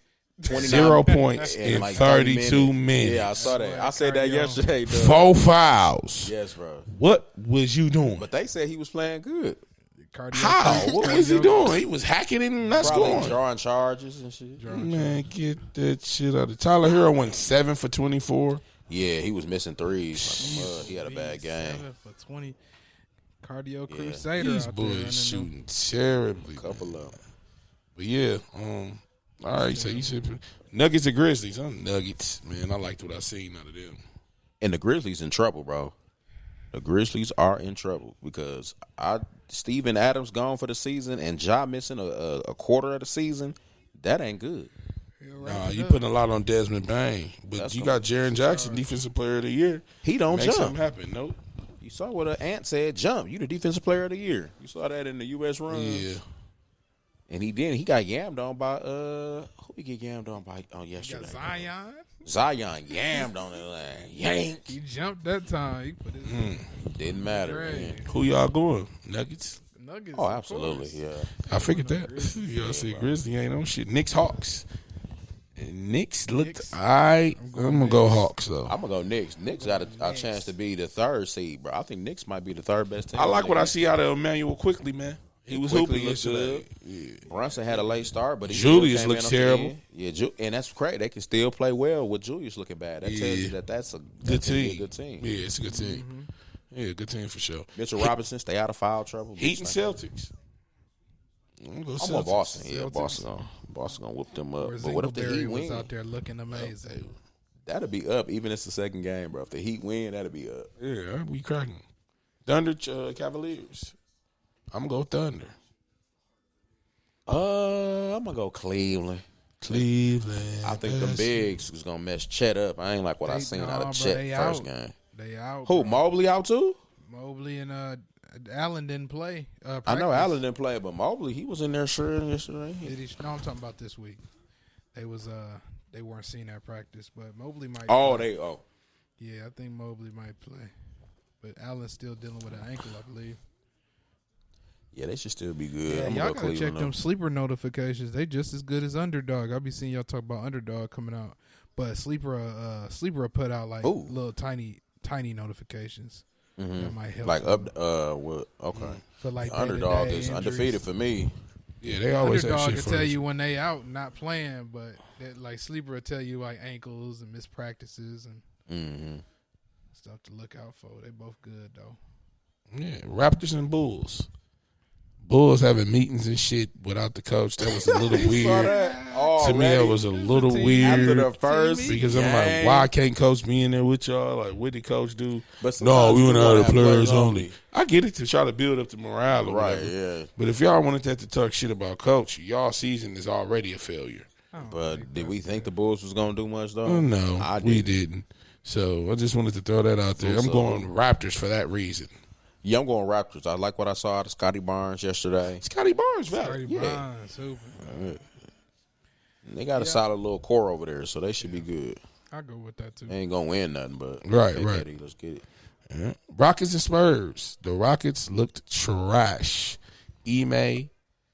29
zero points
in
in
like
32
30
minutes.
Yeah, I saw that. I said that
Carry on.
yesterday. Dude.
Four fouls.
Yes, bro.
What was you doing?
But they said he was playing good.
Cardio-
How? What was he
cardio-
doing? He was hacking it and not
Probably
scoring.
drawing charges and shit.
Man, get that shit out of Tyler Hero went seven for 24.
Yeah, he was missing threes. Like, mud. he had a bad game.
Seven for twenty. Cardio Crusader.
These
out there running them.
boys shooting terribly.
Couple of them.
But yeah, um, all right. So you said Nuggets and Grizzlies. I'm Nuggets, man. I liked what I seen out of them.
And the Grizzlies in trouble, bro. The Grizzlies are in trouble because I Steven Adams gone for the season and Ja missing a, a, a quarter of the season. That ain't good.
He'll wrap
Nah,
it
you
up.
putting a lot on Desmond Bain, but
That's
you
gonna-
got Jaron Jackson, Defensive Player of the Year.
He don't
Make
jump.
something happen. Nope.
You saw what an ant said. Jump. You the defensive player of the year. You saw that in the U.S. run.
Yeah,
And he did. He got yammed on by uh who he get yammed on by on
You got
yesterday.
Zion.
Zion yammed on it like yank.
He jumped that time. He put his
Mm-hmm. Didn't matter.
Crazy.
Man.
who y'all going? Nuggets.
Nuggets.
Oh,
of
absolutely.
course.
Yeah.
I figured that. y'all see Grizzlies ain't on shit. Knicks Hawks. And Knicks looked.
Knicks.
I I'm
going
gonna go
Knicks.
Hawks though.
I'm gonna go Knicks. Knicks got a, a chance to be the third seed, bro. I think Knicks might be the third best team.
I like what I see out of Emmanuel quickly, man. He was
Quickly
hooping
looked
yesterday.
good. Brunson had a late start, but he
Julius
still came in
looks
on the
terrible.
end. Yeah, Ju- and that's great. They can still play well with Julius looking bad. That tells you
Yeah.
that that's a
Good
that can be
team.
A good team.
Yeah, it's a good team.
Mm-hmm.
Yeah, good team for sure.
Mitchell Robinson stay out of foul trouble.
Heat and
Just like-
Celtics. I'm going
I'm on Boston. Yeah,
Celtics.
Boston. Gonna, Boston gonna whoop them up.
Where
But what if the
Singletary
Heat
was
win?
out there looking amazing.
That'll be up. Even if it's the second game, bro. If the Heat win, that'll be up.
Yeah, we cracking. Thunder uh, Cavaliers. I'm gonna go Thunder.
Uh, I'm gonna go Cleveland.
Cleveland.
I think the bigs is gonna mess Chet up. I ain't like what Oh, I
They-
seen out
nah,
of
bro,
Chet
they
first
out.
game.
They out.
Who
bro.
Mobley out too?
Mobley and uh, Allen didn't play. Uh,
I know
practice.
Allen didn't play, but Mobley he was in there sure yesterday.
Did he, no, I'm talking about this week. They was uh, they weren't seen at practice, but Mobley might.
Oh, they oh
Yeah, I think Mobley might play, but Allen's still dealing with an ankle, I believe.
yeah, they should still be good.
Yeah,
I'm
y'all
gonna
gotta
go
check
Cleveland.
them sleeper notifications. They just as good as underdog. I'll be seeing y'all talk about underdog coming out, but sleeper uh, sleeper put out like
Ooh. Mm-hmm.
little tiny tiny notifications. That might help.
Like up uh what okay.
for like
Underdog
day-to-day
is
injuries.
undefeated for me.
Yeah, they always have
underdog
shit
will
for
tell
us.
you when they out not playing, but that, like sleeper will tell you like ankles and missed practices and
Mm-hmm.
stuff to look out for. They both good though.
Yeah, Raptors and Bulls. Bulls having meetings and shit without the coach. That was a little weird. To me, that was a little
after
weird.
the first
Because I'm like,
game.
why can't coach be in there with y'all? Like, what did coach do?
But
No,
sometimes
we
you
want to
wanna
have the
have
players
players
only.
only.
I get it to try to build up the morale, or
Right,
whatever.
yeah.
But if y'all wanted that to talk shit about coach, y'all season is already a failure.
But did we think the Bulls was gonna do much though?
Oh, no,
I
we
did.
didn't. So I just wanted to throw that out there. I'm
Also-
going Raptors for that reason.
Yeah, I'm going Raptors. I like what I saw out of Scotty Barnes yesterday.
Scotty Barnes,
Thirty
valid.
yeah.
Bonds, hooping.
They got a solid little core over there, so they should be good.
I go with that too.
They ain't gonna win nothing, but
Right,
they
right.
ready. Let's get it.
Yeah. Rockets and Spurs. The Rockets looked trash. Ime,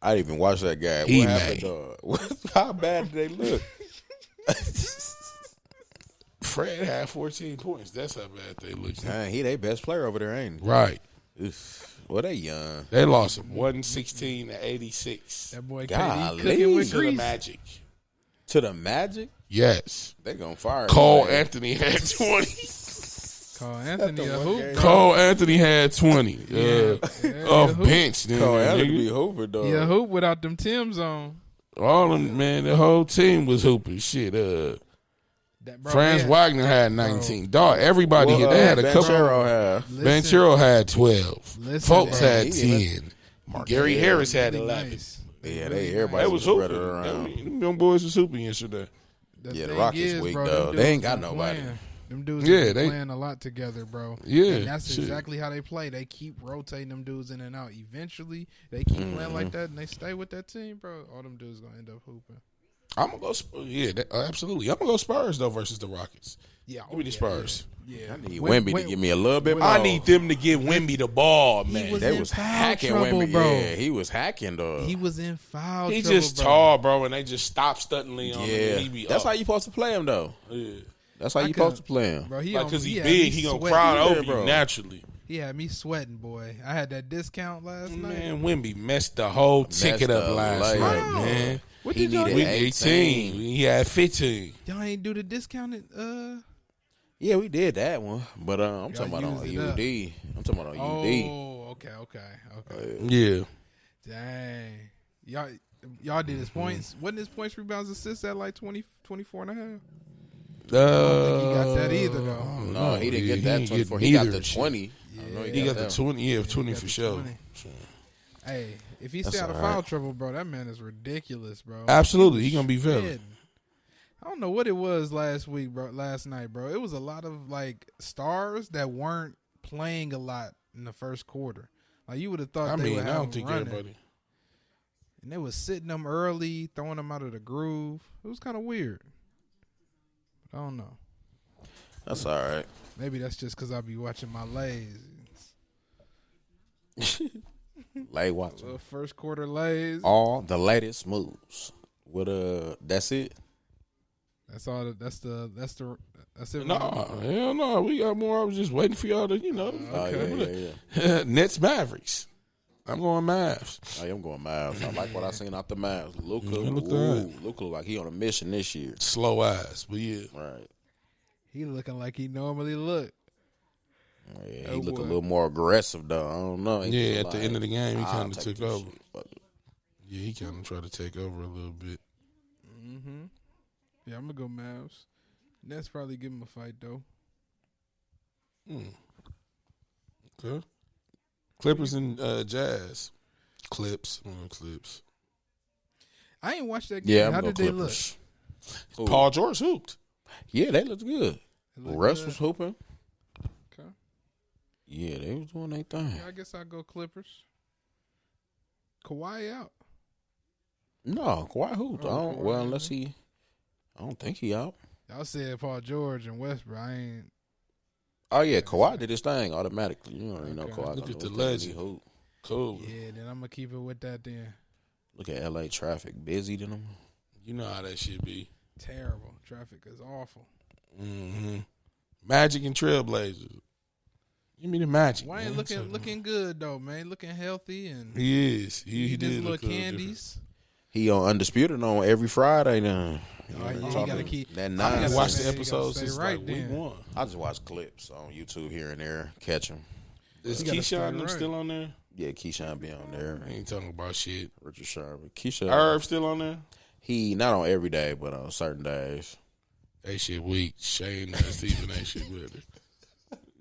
I didn't even watch that guy.
He
What happened,
made.
dog? What- How bad did they look?
Fred had 14 points. That's how bad they looked.
Man, he they best player over there, ain't
Right.
he? Oof. Well, they young.
They lost 116 to 86
that boy
Golly.
KD cooking with
to the
grease.
Magic.
To the Magic,
Yes.
they gonna fire.
Cole
him.
Anthony had 20.
Call Anthony a
one
hoop.
game.
Cole Anthony had 20 uh,
Yeah,
off
who-
bench. Then,
Cole
nigga.
Anthony be Hoover, dog.
Yeah, hoop without them Tim's on.
All them, man, the whole team was hooping shit. Uh,
That, bro,
Franz
yeah.
Wagner had 19. Dog, everybody
Well,
here.
uh,
They had a couple.
Banchero have.
Listen,
Banchero had 12.
Listen,
Folks
bro.
had
Yeah, he
10. Gary Harris had 11.
nice.
Yeah, they everybody
They
was
was
spread
hooping.
around.
Them, them boys was hooping yesterday.
Yeah, the
thing
Rockets weak,
them
though. They
dudes
ain't got
been
nobody.
Playing. Them dudes
Yeah,
yeah,
they-
playing a lot together, bro.
Yeah,
and that's
shit.
exactly how they play. They keep rotating them dudes in and out. Eventually, they keep playing like
Mm-hmm.
that, and they stay with that team, bro. All them dudes gonna end up hooping.
I'm gonna go. Sp- Yeah, that, uh, absolutely. I'm gonna go Spurs though versus the Rockets.
Yeah, oh,
Give me the
yeah,
Spurs.
Yeah,
Need
Wem-
Wimby to
Wem-
give me a little bit more.
I need them to give Wimby the ball, man. He,
was-
They
in
was
foul
hacking
trouble,
Wimby.
bro.
Yeah, he was hacking, dog.
He was in foul. trouble,
just
bro.
tall, bro, and they just stop suddenly on him. and
yeah,
He be
that's how
up.
you supposed to play him, though.
Yeah.
That's how
I
you
couldn't-
supposed to play him.
bro. He
Like,
on-
cause he
had me
big, he gonna
sweating.
crowd
Yeah,
over you
bro.
naturally.
He had me sweating, boy. I had that discount last night.
Man, Wimby messed the whole ticket up
up
last
late.
night,
Wow.
man.
What
He
did y'all
We
needed
do?
18.
18.
He had 15.
Y'all ain't do the discounted. Uh,
Yeah, we did that one, but uh, I'm talking about on
used it up.
UD. I'm talking about on UD.
oh, okay, okay, okay.
Yeah.
Dang. Y'all y'all did
Mm-hmm.
his points. Wasn't his points, rebounds, assists at like 20, 24 and a half?
Uh,
he got that either, though.
I don't
No,
know.
he didn't
Yeah,
get that
didn't
24. He got
neither
the
shit.
20. I know
He got the
that.
20. Yeah, 20
got
for
the
sure.
20. Hey, if he
That's
stay out of
all right.
foul trouble, bro, that man is ridiculous, bro.
Absolutely. He going to be valid.
Shit. I don't know what it was last week, bro. Last night, bro. It was a lot of like stars that weren't playing a lot in the first quarter. Like you would have thought.
I
they
mean,
would
I
have
don't
them
think
running.
everybody.
And they was sitting them early, throwing them out of the groove. It was kind of weird. I don't know.
That's all right.
Maybe that's just because I be watching my lays.
Lay watch.
Uh, first quarter lays.
Oh.
All the latest moves. What uh? That's it.
That's all. The, that's the. That's the. That's it.
No,
right?
hell no. We got more. I was just waiting for y'all to, you know.
Oh,
Okay.
yeah, yeah, yeah.
Nets Mavericks. I'm going Mavs.
I am going Mavs. I like what I seen out the Mavs. Luca,
look
ooh, Luca, like he on a mission this year.
Slow eyes, but yeah.
Right.
He looking like he normally look.
Yeah, he
Oh,
look a
boy.
little more aggressive though. I don't know. He
Yeah,
just
at the
like,
end of the game, he
I'll
kind of
take
took
this
over.
shit. Fuck it.
Yeah, he kind of tried to take over a little bit.
Mm-hmm. Yeah, I'm gonna go Mavs. Nets probably give him a fight though.
Hmm. Okay. Clippers and uh, Jazz. Clips. I'm going Clips.
I ain't watched that game.
Yeah, I'm
How
going
did they look?
Clippers. Ooh.
Paul George hooped.
Yeah, they looked good.
They look
Russ
good?
was hooping.
Okay.
Yeah, they was doing their thing.
Yeah, I guess I'll go Clippers. Kawhi out.
No, Kawhi hooped.
Oh,
I don't,
Kawhi,
well,
okay.
unless he, I don't think he out.
Y'all said Paul George and Westbrook. I ain't.
Oh yeah, Kawhi did his thing automatically. You already know
Okay.
Look
Kawhi. gonna
at the
do his thing. He
legend.
hoop.
Cool.
Yeah, then I'm gonna keep it with that. Then
Look at L.A. traffic, busy than him.
You know how that should be.
terrible traffic is awful.
hmm Magic and Trailblazers. You mean the Magic?
Why ain't
man.
looking
So-
looking good though, man? Looking healthy and
He is. He, he
eating his
did look a little
little
different.
candies.
He on undisputed on every Friday now.
Oh, yeah,
you
gotta keep-
that
I
nine.
haven't
Nah,
watched the
man, you gotta
episodes
stay
since
right
like
then.
week one.
I just watch clips on YouTube here and there. Catch him.
Is
You gotta stay
Keyshawn them
right.
still on there?
Yeah, Keyshawn be on there.
I ain't talking about shit.
Richard Sherman. Keyshawn.
Herb still on there?
He not on every day, but on certain days.
That shit weak. Shane and Steven ain't shit with it.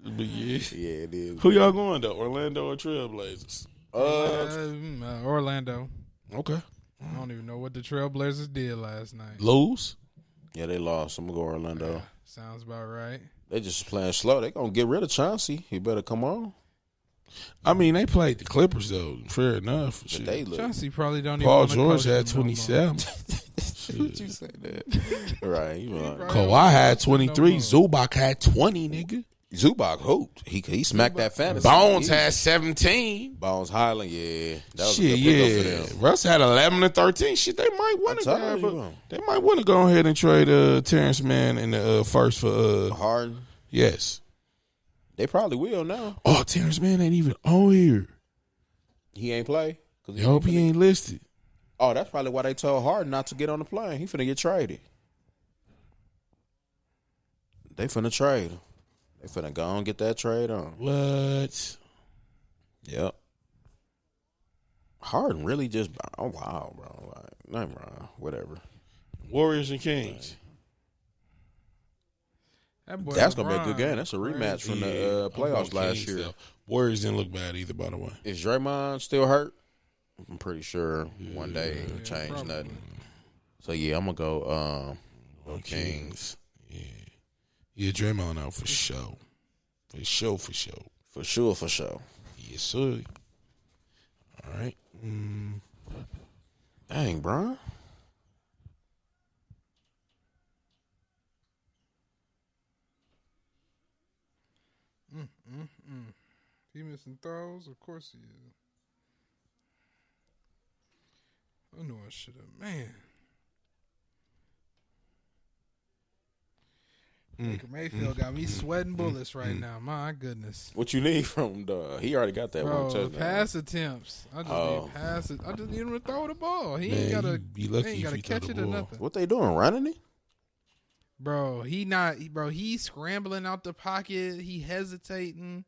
But yeah.
Yeah, it is.
Who y'all going though? Orlando or Trailblazers?
Uh,
Um, uh, Orlando.
Okay.
I don't even know what the Trailblazers did last night.
Lose?
yeah, they lost. I'm gonna go Orlando.
Sounds about right.
They just playing slow. They gonna get rid of Chauncey. He better come on.
I mean, they played the Clippers though. Fair enough.
But
Shit.
they look.
Chauncey probably don't even.
Paul
wanna
George
coach
had
them no more.
27.
What you say that? right. You right.
Kawhi had 23.
No.
Zubac had 20, nigga.
Zubac hooped. He he smacked that fantasy.
Bones
He-
had 17.
Bones Highland. Yeah, that was a
Shit,
good pickup
yeah.
for them.
Russ had 11 and 13. Shit, they might want to
I told
grab
you.
a- They might want to go ahead and trade uh, Terrence Mann in the uh, first for. uh
Harden.
Yes.
They probably will now.
Oh, Terrence Mann ain't even on here.
He ain't play. 'Cause
I
he-
hope he ain't listed.
oh, that's probably why they told Harden not to get on the plane. He finna get traded. They finna trade him. They finna go and get that trade on.
What?
Yep. Harden really just oh wow, bro. Like, nothing wrong. Whatever.
Warriors and Kings.
That boy
That's gonna be a good
LeBron.
game. That's a rematch from the uh, playoffs last year.
Warriors didn't look bad either, by the way.
Is Draymond still hurt? I'm pretty sure one day it'll change
probably.
nothing. So yeah, I'm gonna go um
Kings. Yeah. Yeah, Draymond out for show. For show, for show.
for sure, for sure.
Yes, sir. All right. Mm.
Dang, bro.
He missing throws? Of course he is. I know I should have. Man.
Mm. Mm-hmm.
Baker Mayfield got me sweating bullets right now. My goodness.
What you need from him, dog? He already got that
Bro,
one
the
touchdown.
Oh, pass attempts. I just
Oh.
need passes. I just need him to throw the ball. He
Man,
ain't gotta
you be lucky
he
if
ain't gotta
he throw
catch
the
it or
ball.
nothing.
What they doing? Running it?
Bro, he not bro, he's scrambling out the pocket. He hesitating.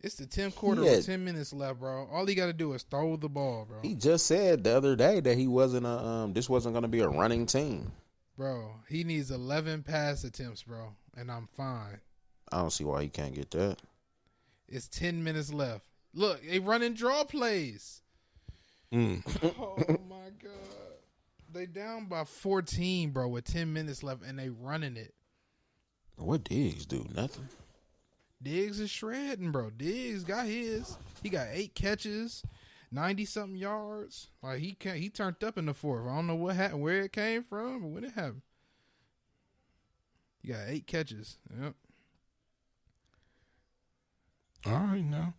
It's the 10th quarter
had-
with 10 minutes left, bro. All he gotta do is throw the ball, bro.
He just said the other day that he wasn't a um this wasn't gonna be a running team.
Bro, he needs 11 pass attempts, bro, and I'm fine.
I don't see why he can't get that.
It's 10 minutes left. Look, they running draw plays.
Mm.
Oh my god. They down by 14, bro, with 10 minutes left and they running it.
What Diggs do? Nothing.
Diggs is shredding, bro. Diggs got his. He got 8 catches, 90 something yards. Like he can he turned up in the fourth. I don't know what happened, where it came from, or when it happened. You got 8 catches. Yep.
All right, now.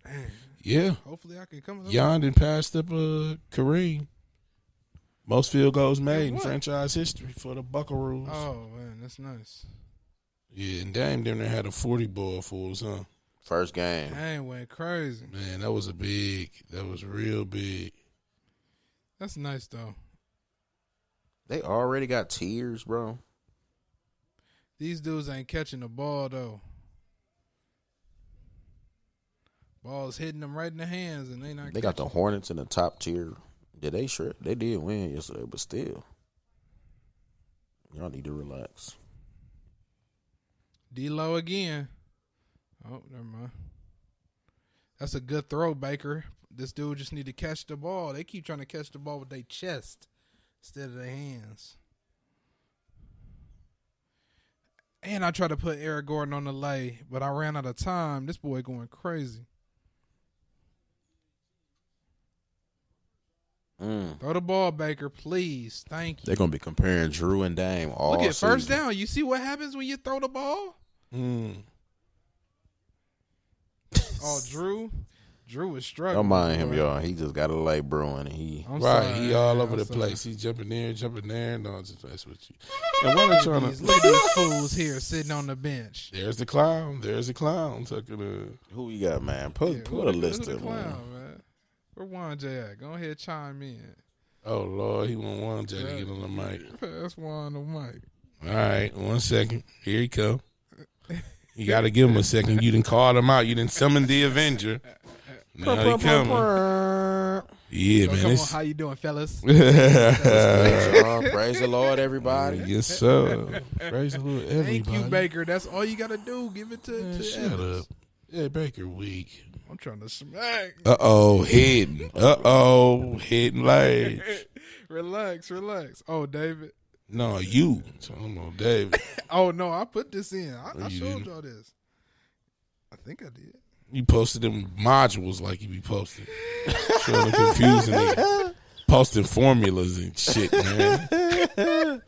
Yeah.
Hopefully I can come up.
Yon done passed up uh, Kareem. Most field goals made in
what?
franchise history for the Buckaroos.
Oh man, that's nice.
Yeah, and Dame damn near had a 40 ball for us, huh?
First game.
Dang, went crazy.
Man, that was a big. That was real big.
That's nice though.
They already got tears, bro.
These dudes ain't catching the ball though. Ball's hitting them right in the hands, and they not.
They got the Hornets in the top tier. Did they sure? They did win yesterday, but still, y'all need to relax.
D low again. Oh, never mind. That's a good throw, Baker. This dude just need to catch the ball. They keep trying to catch the ball with their chest instead of their hands. And I tried to put Eric Gordon on the lay, but I ran out of time. This boy going crazy.
Mm.
Throw the ball, Baker, please. Thank you.
They're gonna be comparing Drew and Dame all.
Look at first
season.
down. You see what happens when you throw the ball?
Mm.
Oh, Drew. Drew is struggling.
Don't mind him,
boy.
y'all. He just got a light brewing, and he
I'm
right,
sorry,
he all
man.
over
I'm
the
sorry.
place. He jumping there, jumping there. No, I'm just messing with you. And what are trying
These- Look at
to?
these fools here sitting on the bench.
There's the clown. There's the clown. Tucking a.
who you got, man? Put
Yeah,
put
who
a
the-
list
who the
up, man.
clown, man. Where Juan J at? Go ahead, chime in.
Oh Lord, he want one Jay to
Yeah.
get on the mic.
That's Juan the mic.
All right, one second. Here he come. You gotta give him a second. You didn't call him out. You didn't summon the Avenger. Now he coming. Yeah, man.
So come on,
it's-
how you doing, fellas?
Praise the Lord- Uh, Praise the Lord, everybody.
yes, sir. Praise the Lord, everybody.
Thank you, Baker. That's all you gotta do. Give it to,
Man,
to
shut
Evans.
up. Yeah, Baker weak.
I'm trying to smack.
Uh oh, hitting. Uh oh, hitting legs.
relax, relax. Oh, David.
No, you. So I don't know, Dave.
Oh no, I put this in. I, I
you
showed
didn't.
y'all this. I think I did.
You posted them modules like you be posting. Trying to confuse a nigga. Posting formulas and shit, man.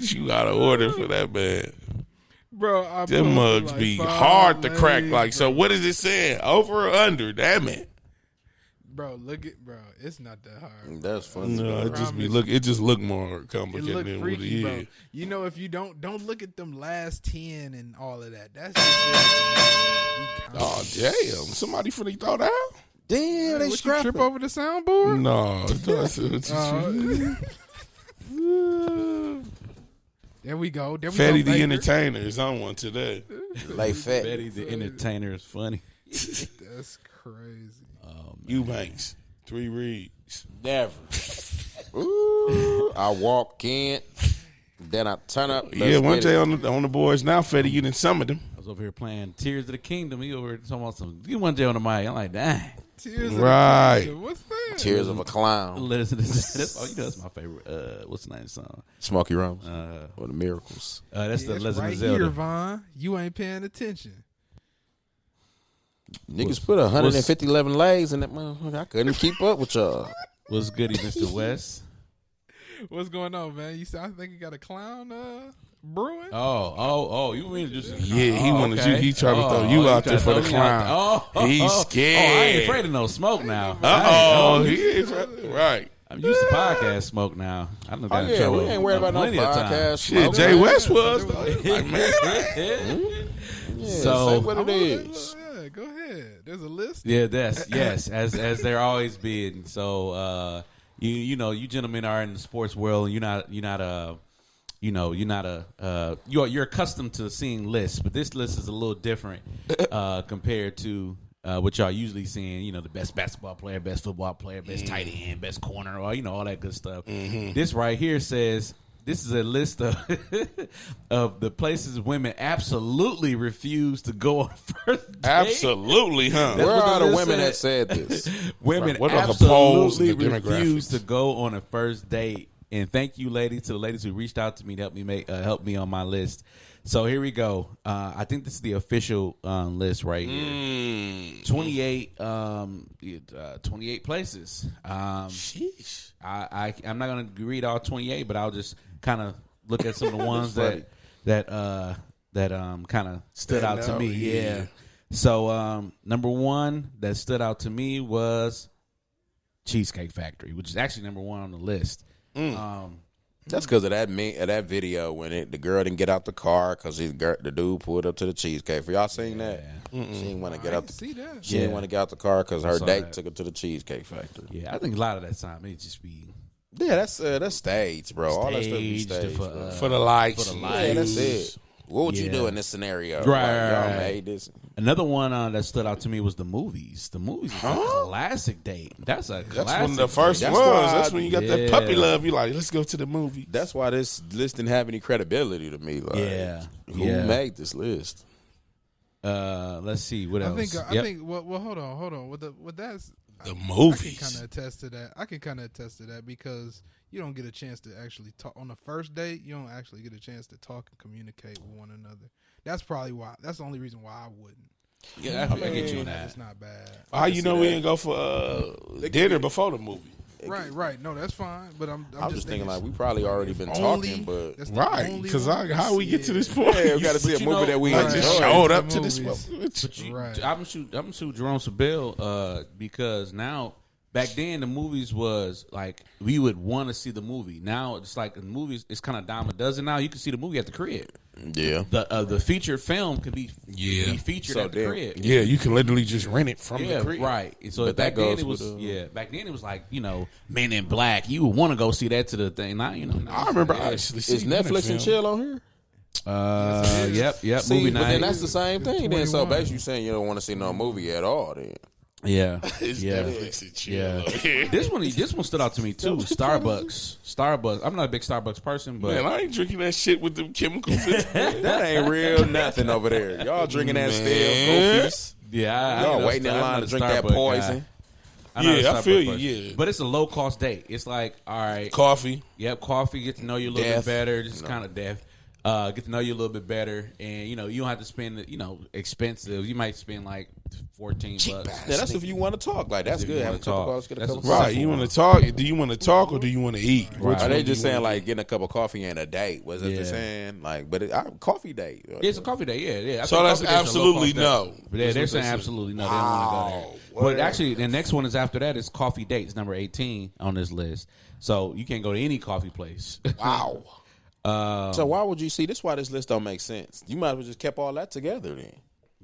you out of order for that, man.
Bro, I
Them
posted,
mugs
Oh, like,
be
five
hard to crack.
lanes,
Like, so what is it saying? Over or under? Damn it.
bro, look at bro, it's not that hard.
That's funny.
No, it
bro.
just be look. It just look more
It
complicated
look
than what it
freaky, bro.
is.
You know, if you don't don't look at them last ten and all of that. That's just
Oh damn! Somebody finna throw down?
Damn, they
Would you
scrapping.
trip over the soundboard?
No, that's what
Uh,
you-
there we go. There we
Fatty
go.
the
Baker.
Entertainer is on one today.
Like fat.
Betty the entertainer is funny.
That's crazy.
Eubanks, three reads.
Never. Ooh, I walk in, then I turn up.
yeah,
Let's
one
get
day
it.
on the on the boards now. Fatty, you didn't summon them.
I was over here playing Tears of the Kingdom. He over here talking about some. You one day on the mic. I'm like, dang.
Tears
Right.
of the Kingdom. What's that?
Tears of a clown.
Listen to this. That's, oh, you know, that's my favorite. Uh, what's the name of the song?
Smoky Rums.
Uh,
Or the miracles.
uh, that's the
It's
Legend
right
of Zelda.
here, Vaughn. You ain't paying attention.
Niggas put 150 11 legs in that motherfucker. I couldn't keep up with y'all.
What's goody, Mr. West?
What's going on, man? You sound, I think you got a clown uh, brewing.
Oh, oh, oh! You mean just
Yeah, he
oh,
wanted you- he tried to
oh,
throw you
oh,
out
he
there
tried
for
to
the
throw me out
clown.
there. Oh,
He's
oh, oh. Oh, I
scared.
ain't afraid of no smoke now.
Uh
I
oh,
ain't-
he is right. right.
I'm used to podcast smoke now. I done got
Oh,
in
yeah,
trouble.
we ain't worried about no
plenty of times.
podcast.
Shit,
smoke.
Jay Oh, West was though. He was like man. Mm-hmm.
Yeah,
So-
say what it
I wanna-
is.
Yeah, go ahead. There's a list.
Yeah, that's yes, as as they're always been. So uh, you you know you gentlemen are in the sports world. And you're not you're not a you know you're not a uh, you're you're accustomed to seeing lists, but this list is a little different uh, compared to. Uh, what y'all usually seeing, you know, the best basketball player, best football player, best tight end, best corner, or you know, all that good stuff. This right here says this is a list of of the places women absolutely refuse to go on first date.
Absolutely, huh?
That's
Where
what
are
the
the
list
women that
said.
said this?
Women
Right. What about the polls and
absolutely
the demographics?
refuse to go on a first date. And thank you, ladies, to the ladies who reached out to me to help me make uh, help me on my list. So here we go. Uh, I think this is the official um, list right here.
Mm.
Twenty eight, um, uh, twenty eight places. Um,
Sheesh.
I, I I'm not gonna read all 28, but I'll just kind of look at some of the ones that that uh that um kind of stood
Stand
out to
out,
me. Yeah.
yeah.
So um number one that stood out to me was Cheesecake Factory, which is actually number one on the list. Um,
That's because of that me of that video when it, the girl didn't get out the car because the dude pulled up to the cheesecake. For y'all seen that? She didn't want to get out. The,
See that?
she didn't
Yeah.
want to get out the car because her
saw
date
that.
took her to the cheesecake factory.
Yeah, I think a lot of that time it just be
Yeah, that's uh, that's stage, bro. All that stuff be
staged
staged.
for,
bro.
uh,
for the lights.
for the
yeah, that's
lights.
it. What would you
Yeah.
do in this scenario? Like,
right,
y'all
right.
made this.
Another one uh, that stood out to me was the movies. The movies is a classic date. That's a classic.
That's when the first
That's
ones.
why-
That's when you got that
Yeah.
puppy love. You like, let's go to the movie.
That's why this list didn't have any credibility to me. Like,
Yeah,
who
yeah.
made this list?
date. Uh, let's see what
I
else.
think. I
Yep.
think. Well, well, hold on, hold on. With the with that's
The
I can kind
movies.
of attest to that. I can kind of attest to that because you don't get a chance to actually talk on the first date. You don't actually get a chance to talk and communicate with one another. That's probably why. That's the only reason why I wouldn't.
yeah, I, I get you on that.
It's not bad.
How you know we didn't go for uh, dinner before the movie?
Right, right. No, that's fine. But I'm. I'm,
I'm just thinking like we probably already been talking, but
that's the
Right,
only
because
one.
how we get to this point?
yeah, we got to see a
you
movie
know-
that we
I
Right.
just
enjoy.
showed
The
up to this.
movies.
motherfucker.
You-
Right.
I'm shoot. I'm shoot Jerome Seville uh, because now back then the movies was like we would want to see the movie. Now it's like the movies. It's kind of dime a dozen. Now you can see the movie at the crib.
Yeah,
The uh, the featured film could be
Yeah.
be featured
So
at the
then-
crib.
Yeah, you can literally just rent it from
Yeah,
the crib.
right. And So
But
back
that
then
goes
it was
with, uh,
yeah. Back then it was like you know Men in Black. You would want to go see that to the thing. Now you know. now
I
it's
remember
like,
I actually
is
seeing that
Netflix and
film.
chill on here?
Uh, yep, yep.
See,
movie
but
night.
then that's the same
It's
thing. Then so
21.
basically, you saying you don't want to see no movie at all. Then
yeah,
It's
yeah.
Netflix and chill.
Yeah. this one this one stood out to me too. Starbucks. Starbucks. I'm not a big Starbucks person, but
Man, I ain't drinking that shit with them chemicals.
that ain't real nothing over there. Y'all drinking that still
Man.
goofies.
yeah, I- I
Y'all
ain't a
waiting in
Star- I'm
line
not
to
a
drink that
Starbucks guy.
poison.
I'm not a
Yeah, I feel
Starbucks
you,
person.
yeah.
but it's a low cost date. It's like all right,
Coffee.
Yep, coffee. Get to know you a little
Death.
bit better. Just kind of deaf. Uh, get to know you a little bit better, and you know you don't have to spend you know expensive. You might spend like fourteen bucks.
Yeah, that's if you want to talk. Like that's
If you
good. Have
wanna
a couple
talk.
calls, get a
That's
couple.
a-
Right. You want to talk? Do you want to talk or do you want to eat?
Are they just saying like getting a cup of coffee and a date? Was that
Yeah.
they're saying? Like, but it, I, coffee date.
Yeah, it's a coffee day. Yeah, yeah. I
So
think
that's
coffee date's a low
absolutely
cost day.
no.
But yeah,
That's
they're
what
saying
they said.
absolutely no. They don't want to go there.
Wow.
But actually, the next one is after that is coffee dates number eighteen on this list. So you can't go to any coffee place.
Wow.
Uh,
So why would you see? This why this list don't make sense. You might as well just kept all that together then.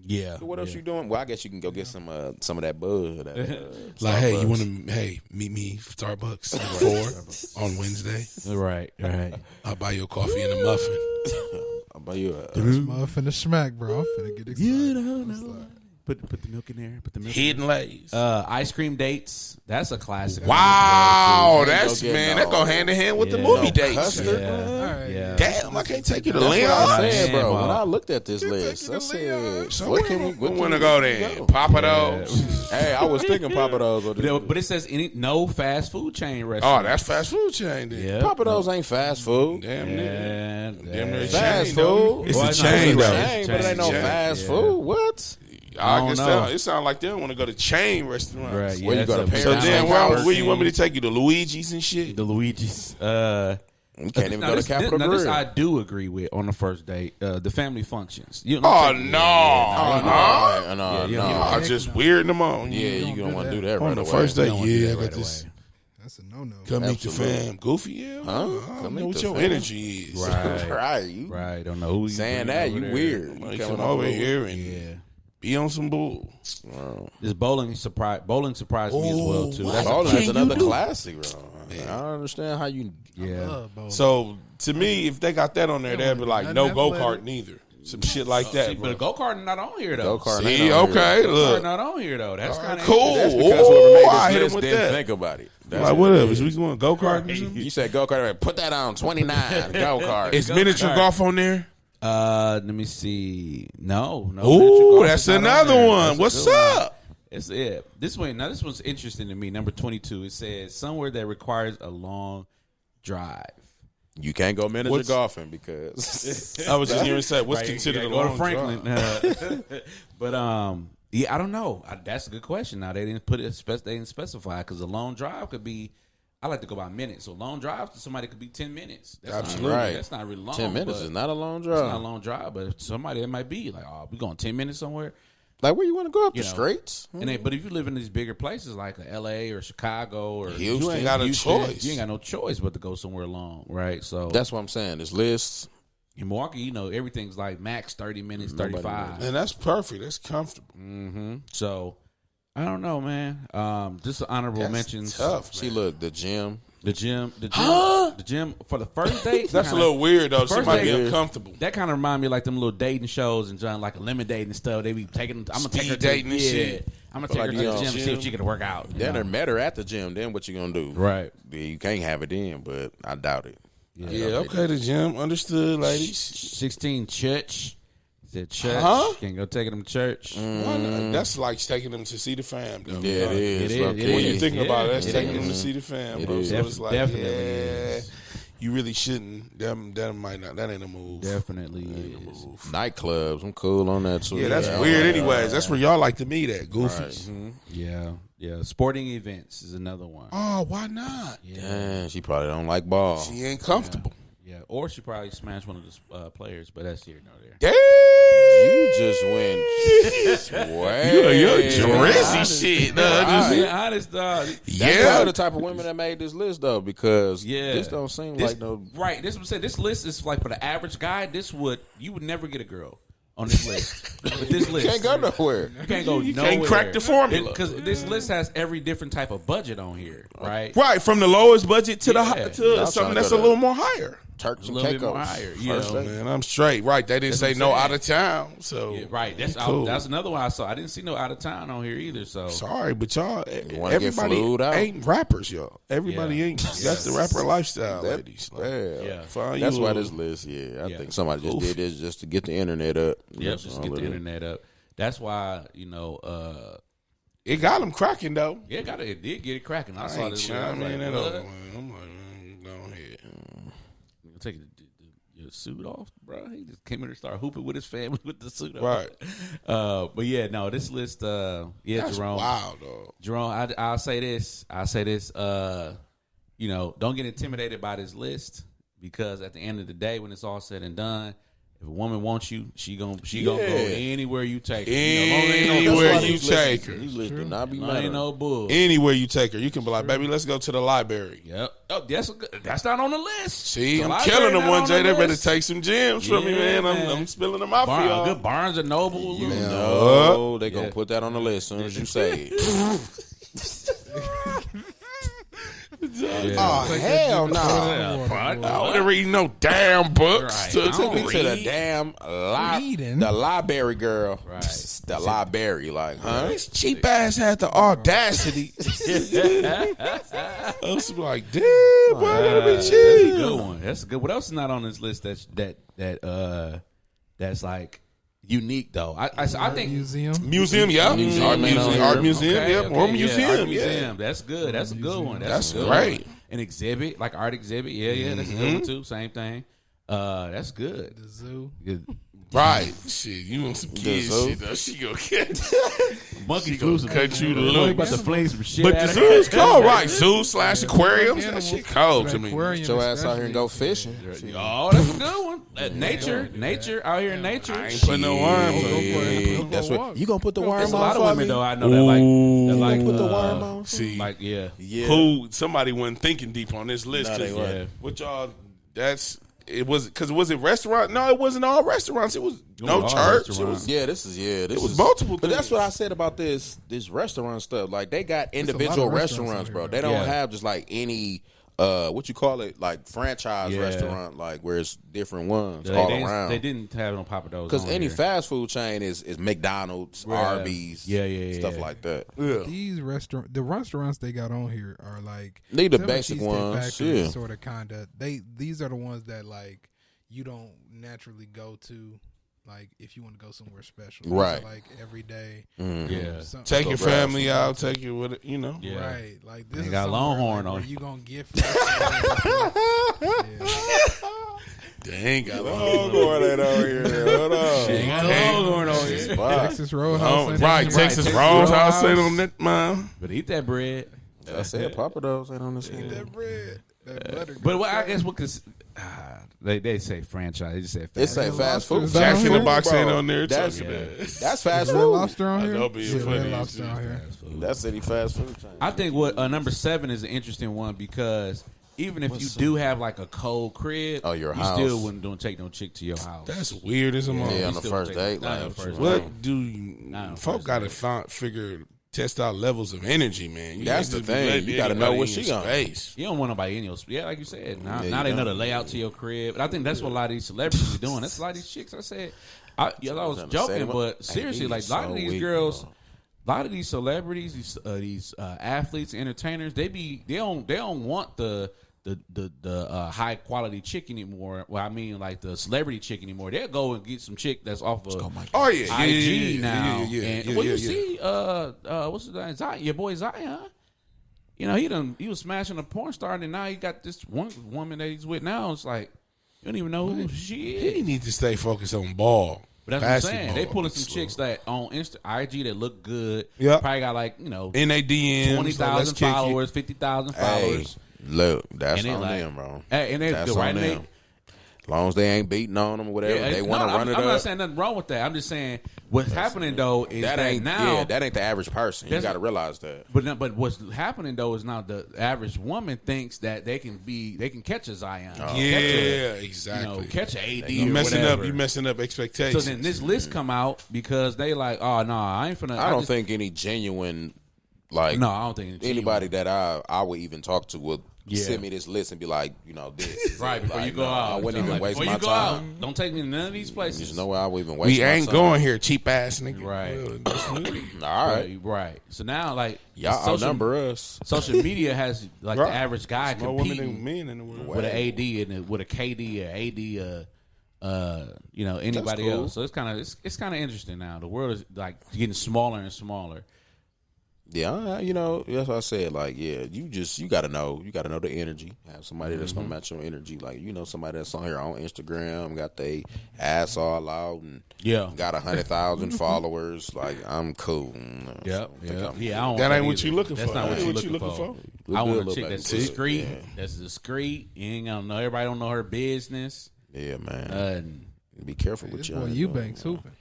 yeah.
What else
yeah.
you doing? Well, I guess you can go get some uh, some of that buzz. That, uh,
Like, hey, you
Starbucks.
want to? Hey, meet me for Starbucks at four on Wednesday.
Right. Right.
I'll buy you a coffee and a muffin.
I'll buy you a-
I'm finna smack, bro. I'm finna get excited. It's like-
Put put the milk in there. Put the milk. in
Hidden lays.
there. Uh, ice cream dates. That's a classic.
Wow, that's
Ain't no
man.
getting
That go
no-
hand in hand with the
Yeah.
movie
No
dates.
custard.
Yeah.
All right.
Yeah.
Damn, I can't take you to
That's what I
Leon.
said,
Man,
bro.
bro.
When I looked at this list,
taking
I
the Leon.
said,
So
"What can we? What
We
can
want to
we
go
do?"
there. Papa those.
Hey, I was thinking Papa Do's. Or
But it- but it says any no fast food chain
Oh,
restaurant.
that's fast food chain. Then.
yeah.
Papa Do's ain't fast food.
Damn nigga.
And
Damn near a
that-
Fast
chain,
food.
though. It's
Well,
a
it's not
chain
a
though.
chain.
Dang, but it ain't no
Chain.
fast
Yeah.
food. What?
I,
I
guess
don't know.
that, it sounds like they want to go to chain restaurants.
Right, yeah,
Where you
that's
gotta
a
pay
So
McDonald's,
then, where, where you want me to
Burger
take you to Luigi's and shit?
King, the Luigi's? Uh,
You can't even
now
go
this-
to Capitol
now this
Grill.
I do agree with on the first date. Uh, the family functions. You know,
Oh no!
Oh,
Oh no!
no, no,
you
no.
Oh,
don't-
just weirding them on.
Yeah, you
don't
don't
do
want to
that.
do that
On
right
the
away.
first day,
don't wanna do
yeah, I
that
got
right
this.
away.
That's a no no.
Come meet your
Absolutely.
fam, Goofy. Yeah,
Huh?
I
Come
don't know
meet
what
your
your
fam.
energy is.
Right.
right, you
Right. Don't know who you
saying
bringing
that
over
you
there.
weird.
Like,
You
come
coming
over
over
here and
Yeah.
be on some bull.
This bowling surprise. Bowling surprised me as well too.
Oh,
That's
wow.
a,
Oh, that's
Can
another
you do-
classic, bro. I don't understand how you.
yeah.
Uh, bro.
So to me, if they got that on there, they'd be like, no
Nothing
go
athletic.
kart neither. Some shit like that.
But
bro.
go kart not on here though.
Go kart. ain't
See,
on here.
okay,
Go-kart
look,
not on here though. That's kind of
cool.
That's because whoever
Ooh, I hit
made this
him
list
with
didn't
that.
think about it. That's
Like
what
what
it
up?
is.
Is we going go kart?
You said go kart. Put that on twenty nine. go kart.
Is miniature
kart.
golf on there?
Uh, let me see. No, no. Patrick
Ooh,
Ross
that's
is not on
another
there.
one.
That's a
What's
good one.
up?
It's yeah. This one now. This one's interesting to me. Number twenty-two. It says somewhere that requires a long drive.
You can't go miniature
What's-
golfing because
I was just hearing say what's
Right,
considered
you
a
gotta go
long
to Franklin. uh, but um, yeah, I don't know. I, that's a good question. Now they didn't put it. Spec- they didn't specify because a long drive could be. I like to go by minutes. So long drive to somebody could be ten minutes. That's
Absolutely.
Not,
Right.
really- that's not really long.
ten minutes
but-
is not a long
It's not a
drive.
long drive, but somebody it might be like, oh, we going ten minutes somewhere.
Like where you want to go up
You
the
know.
streets?
And they, but if you live in these bigger places like L.A. or Chicago or
Houston.
You ain't got a
Houston.
choice.
you ain't got no choice but to go somewhere long, right? So
That's what I'm saying. This list.
in Milwaukee, you know, everything's like max thirty minutes, thirty five.
and that's perfect. That's comfortable.
Mm-hmm. So I don't know, man. Um, just the honorable
That's
mentions.
tough.
See,
man.
look, the gym.
The gym, the gym, the gym for the first date.
That's a
kinda-
little weird though. She
First
might be
thing-
uncomfortable.
That kind of remind me of like them little dating shows and John like eliminating and stuff. They be taking. I'm gonna take
Speed
her
dating
to,
and
yeah,
shit.
I'm gonna take
Like,
her to the
yeah.
gym, and see if she can work out. you
Then
know?
they met her at the gym. Then what you gonna do?
Right.
You can't have it in, but I doubt it. I
Yeah,
doubt it.
okay, the gym understood, ladies.
16 church. Said church.
Huh? Mm.
Can't go take them to church.
Why not? That's like taking them to see the fam. Though.
Yeah, it is.
It is,
look,
it
When
is.
you think about it, that's
It
taking
is.
them to see the fam,
It
bro.
is.
So it's
Def-
like,
definitely
yeah,
is.
you really shouldn't. That, that might not. That ain't a move.
Definitely. is.
Nightclubs. I'm cool on that too.
Yeah, that's
I
weird.
like that.
Anyways, that's where y'all like to meet at Goofy's.
Yeah. Yeah. Sporting events is another one.
Oh, why not?
Damn, she probably don't like ball.
She ain't comfortable.
Yeah. Or she probably smashed one of the uh, players, but that's here nor there.
Damn,
You just went.
you're,
way-
you're drizzy shit. nah,
Right.
just-
Being honest, dog.
That's
yeah,
probably the type of women that made this list though, because
Yeah.
this don't seem
This-
like no.
Right. This is what I'm saying. This list is like for the average guy. This would you would never get a girl on this list. With this list,
Can't go nowhere.
You can't go. You
can't crack the formula.
because this list has every different type of budget on here, right?
right from the lowest budget to the
Yeah.
hi-
Y'all
to something
tryna
that's a
go to-
little more higher.
Turks
A
and
little bit more
Caicos.
higher, you
First
know.
date.
Man, I'm straight. Right, they didn't say
what
no
I'm
out of town. So
Yeah, right. That's
cool.
I, that's another one I saw. I didn't see no out of town on here either. So
Sorry, but y'all, e,
wanna get
everybody
flued out?
ain't rappers, y'all. Everybody
Yeah.
ain't. That's the rapper lifestyle, ladies. Like,
Yeah.
Yeah.
find
That's
you
why
a-
this list, yeah. I
Yeah.
think somebody just
Oof.
did this just to get the internet up.
yeah,
That's
just
all
get the
it is.
internet up. That's why you know. uh
It got him cracking though.
Yeah, got it. It did get it cracking. I,
I
saw
ain't
this. list, I was
chiming in
like,
at
what?
all. man. I'm like, man, go ahead.
Take the- the- your suit off, bro. He just came in and started hooping with his family with the suit on.
Right.
Uh, but yeah, no, this list. Uh, yeah,
That's
Jerome.
wild, dog.
Jerome, I, I'll say this. I'll say this. Uh, you know, don't get intimidated by this list because at the end of the day, when it's all said and done, if a woman wants you, she gon' she gon' go
Yeah.
anywhere you take her. You know, long as ain't no-
Anywhere
That's why
you
these
take
lists-
her.
These lists do not be
long as ain't
mattering.
no bull.
Anywhere you take her, you can be like, baby, let's go to the library.
Yep. Oh, that's a good- that's not on the list.
See,
The
I'm
library
killing them
not
one
on
day.
the
they better
list.
take some gems from me,
Yeah,
man. I'm,
man.
I'm spilling them out for
Bar-
y'all.
good Oh, Barnes and Noble.
You
Yeah.
know, Oh, they gonna
Yeah.
put that on the list as soon as you say it. Oh hell no!
I
oh,
wouldn't read no damn books.
Right.
To, to
Took me to the
read.
damn li-
Reading.
the library girl.
Right.
The library, like, huh?
This cheap ass had the audacity. I was like, damn, boy, that'll be
Uh, That's a
cheap.
good one. That's a good. What else is not on this list? That's that that uh that's like unique though. I I, I think
Museum.
Museum, yeah.
Museum
art
ain't on
museum,
here.
art museum,
Okay,
yeah.
okay,
Or
yeah,
museum,
art
yeah.
museum. That's good. That's a good one. That's,
That's
a good
great.
One. An exhibit like art exhibit. Yeah, yeah. That's a good one
Mm-hmm.
too. Same thing. Uh, that's good.
The zoo.
Right. Shit, you want some kids
zoo?
shit, though. She gonna get
Monkey
cut you
Monkey
loose.
about to fling some shit.
But
at
the
her.
zoo is cold, right? Zoo slash aquariums. That shit cold to me.
Aquarium
Get your ass out here
especially.
and go fishing.
Oh, that's a good one. Uh, nature, nature out here in nature.
I ain't putting no worms on you.
Go for
Shit,
a
That's
walk.
what you gonna put the worm
There's a
on
lot of
for
women
me?
though I know that like that like
Put the
uh,
worm on.
See,
Like yeah,
Yeah.
who somebody wasn't thinking deep on this list.
No, they
'cause
weren't.
What y'all? That's it was because was it restaurant? No, it wasn't all restaurants. It was no
was all
church. It
restaurants.
was
Yeah, this is yeah. This
was
is,
multiple
But that's
things.
what I said about this this restaurant stuff. Like they got
of
individual restaurants,
restaurants out
bro.
here,
They don't
Yeah.
have just like any uh what you call it like franchise
Yeah.
restaurant like where it's different ones
they,
all
they,
around.
they didn't have no Papa Do's
Because
on
any
here.
fast food chain is is McDonald's, Arby's,
Yeah, yeah, yeah,
stuff
yeah.
like that.
These restaurant, the restaurants they got on here are like
They the
Seven
basic
Cheesesteak
ones,
Factory
yeah.
sort of kind of. They these are the ones that like you don't naturally go to, like if you want to go somewhere special, These are,
Right. Mm-hmm.
Like every day,
yeah.
some-
take your
Go grab
family out. Take your with it, you know.
Yeah.
right? Like this
They
is
got
somewhere,
Longhorn
like,
on
where
it.
You gonna get fresh-
Dang, got a whole going over here. Hold on.
Texas Roadhouse,
Oh,
ain't
right,
it?
Texas
Texas
Roadhouse
Roadhouse.
ain't on that mile.
But eat that bread.
I said Papa Do's ain't on this. list.
Uh,
That bread, that butter.
But what I guess what cons- ah, They they say franchise. They just say
It's
franchise.
like fast food.
Is that
Jack in the
Bro,
box ain't on there
That's,
talking about.
that's fast
Red
food.
Lobster on
I
here.
know it'd be
Yeah,
funny.
Red Lobster on here.
That's any fast food. Chain.
I think what uh, number seven is an interesting one because even if you do have like a cold crib,
Oh, your
you
house.
still wouldn't don't take no chick to your house.
That's weird as a mother.
Yeah, on the
you still
first date.
take- not
Like,
on
what?
first
What
you want?
do you,
Nah, of
folk
course
got to find figure test out levels of energy, man. You
That's
can't just
the
be
thing.
letting
You gotta know
anybody
what
in
she
your
on.
space.
You don't want nobody in your yeah, like you said. Now,
Yeah,
now
you
they
don't.
know the layout to your crib, and I think that's what a lot of these celebrities are doing. That's a lot of these chicks. I said, I, yeah, I was
Trying to say
joking,
what-
but
Hey,
seriously,
these
like a lot
so
of these
weak,
girls,
bro.
a lot of these celebrities, these uh, these uh, athletes, entertainers, they be they don't they don't want the. The the, the uh, high quality chick anymore. Well, I mean, like the celebrity chick anymore. They'll go and get some chick that's off of
Oh yeah, yeah, yeah, yeah,
IG
yeah,
now.
Yeah, yeah,
and,
yeah,
well,
yeah,
you
yeah.
see, uh, uh, what's his name? Zion, your boy Zion. You know, he done he was smashing a porn star, and now he got this one woman that he's with now. It's like you don't even know who she
He
is.
need to stay focused on ball.
But that's what I'm saying.
basketball.
They pulling some chicks that on Insta, IG that look good.
Yeah.
probably got like you know
in their DMs.
twenty
let's
thousand
kick it.
followers, fifty thousand
Hey,
followers.
look, that's
And they
on
like-
them, bro.
Hey, and they
that's
go right
on
and they-
them. As long as they ain't beating on them or whatever,
Yeah,
they
no,
want to
I'm-
run it
I'm
up.
not saying nothing wrong with that. I'm just saying what's happening though is
that
that,
ain't
now
yeah, that ain't the average person. You
That's-
got to realize that.
But no- but what's happening though is now the average woman thinks that they can be they can catch a Zion,
Oh.
catch
Yeah,
a, you
exactly.
know, catch a AD.
you
or
messing
whatever.
up. You messing up
So
expectations.
then this list come out because they like, oh no, I ain't finna.
I don't
just-
think any genuine, like
No, I don't think it's
anybody that I I would even talk to would
Yeah.
send me this list and be like, you know, this is
genuine. right
it.
before
Like,
you go
no,
out.
I wouldn't
I'm
even
like,
waste
before
my
you go
time.
Out, don't take me to none of these places.
There's no way I would even waste.
we
my
ain't
time.
going here, cheap ass nigga.
Right.
Well, that's new.
All right,
right, right. So now like
y'all
social,
outnumber us.
social media has like
Right.
the average guy
More women
competing
than men in the world.
with an AD and a, with a KD or AD, uh, uh, you know anybody
cool.
else. So it's kind of it's, it's kind of interesting now. The world is like getting smaller and smaller.
Yeah, I- you know, that's what I said. Like, yeah, you just you gotta know, you gotta know the energy. Have somebody that's gonna match your energy. Like, you know, somebody that's on here on Instagram got they ass all out and
Yeah.
got a hundred thousand followers. Like, I'm cool. No, I don't think I'm-
yeah. I don't
That
want
ain't what
either.
you looking
That's
for.
not
That
what
ain't
you
what you
looking,
looking
for.
for.
I
Look
want
good,
a chick
look
that's
back and
discreet.
forth. Yeah.
That's discreet. You ain't gonna know. Everybody don't know her business.
yeah, man.
Uh,
Be careful with
This
your
boy Eubanks hooping. uh,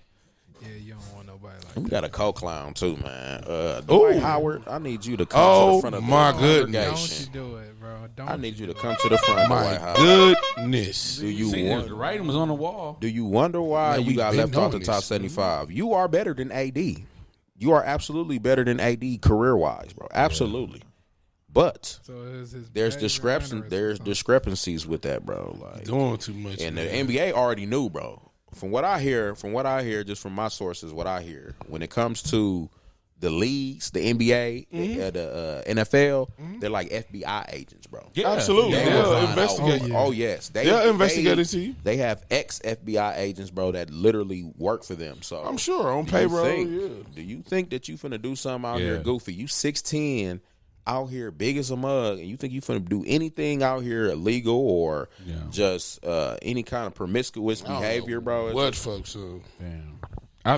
Yeah, you don't want nobody like
We
that.
got a co-clown too, man. Uh, Dwight
Ooh.
Howard, I need you to come
Oh,
to the front of
my
the
goodness.
Don't you
congregation.
do it, bro. Don't.
I need you to come to the front, Dwight
My
Howard.
goodness.
Do you
see,
want
the writing was on the wall.
Do you wonder why
Man,
you
we've
got
been Mm-hmm.
left off the
knowing
top
this.
75? You are better than AD. You are absolutely better than AD career wise, bro. Absolutely. But
So is his
there's
background or
discrepan-
is
there's
something?
discrepancies with that, bro. Like
Doing too much.
and the
man.
NBA already knew, bro. From what I hear, from what I hear, just from my sources, what I hear, when it comes to the leagues, the NBA, the, uh, the uh, NFL, they're like FBI agents, bro.
Yeah.
Absolutely.
They
They'll
will find
Oh, investigate
out.
you.
Oh, yes, they,
They'll investigate
they-
it to you.
They have ex FBI agents, bro, that literally work for them. So
I'm sure on
do you
payroll.
think-
yeah.
Do you think that you finna do something out here
Yeah.
goofy? You six ten out here big as a mug, and you think you finna do anything out here illegal or
Yeah.
just uh, any kind of promiscuous behavior, bro? It's-
What folks? So.
Damn.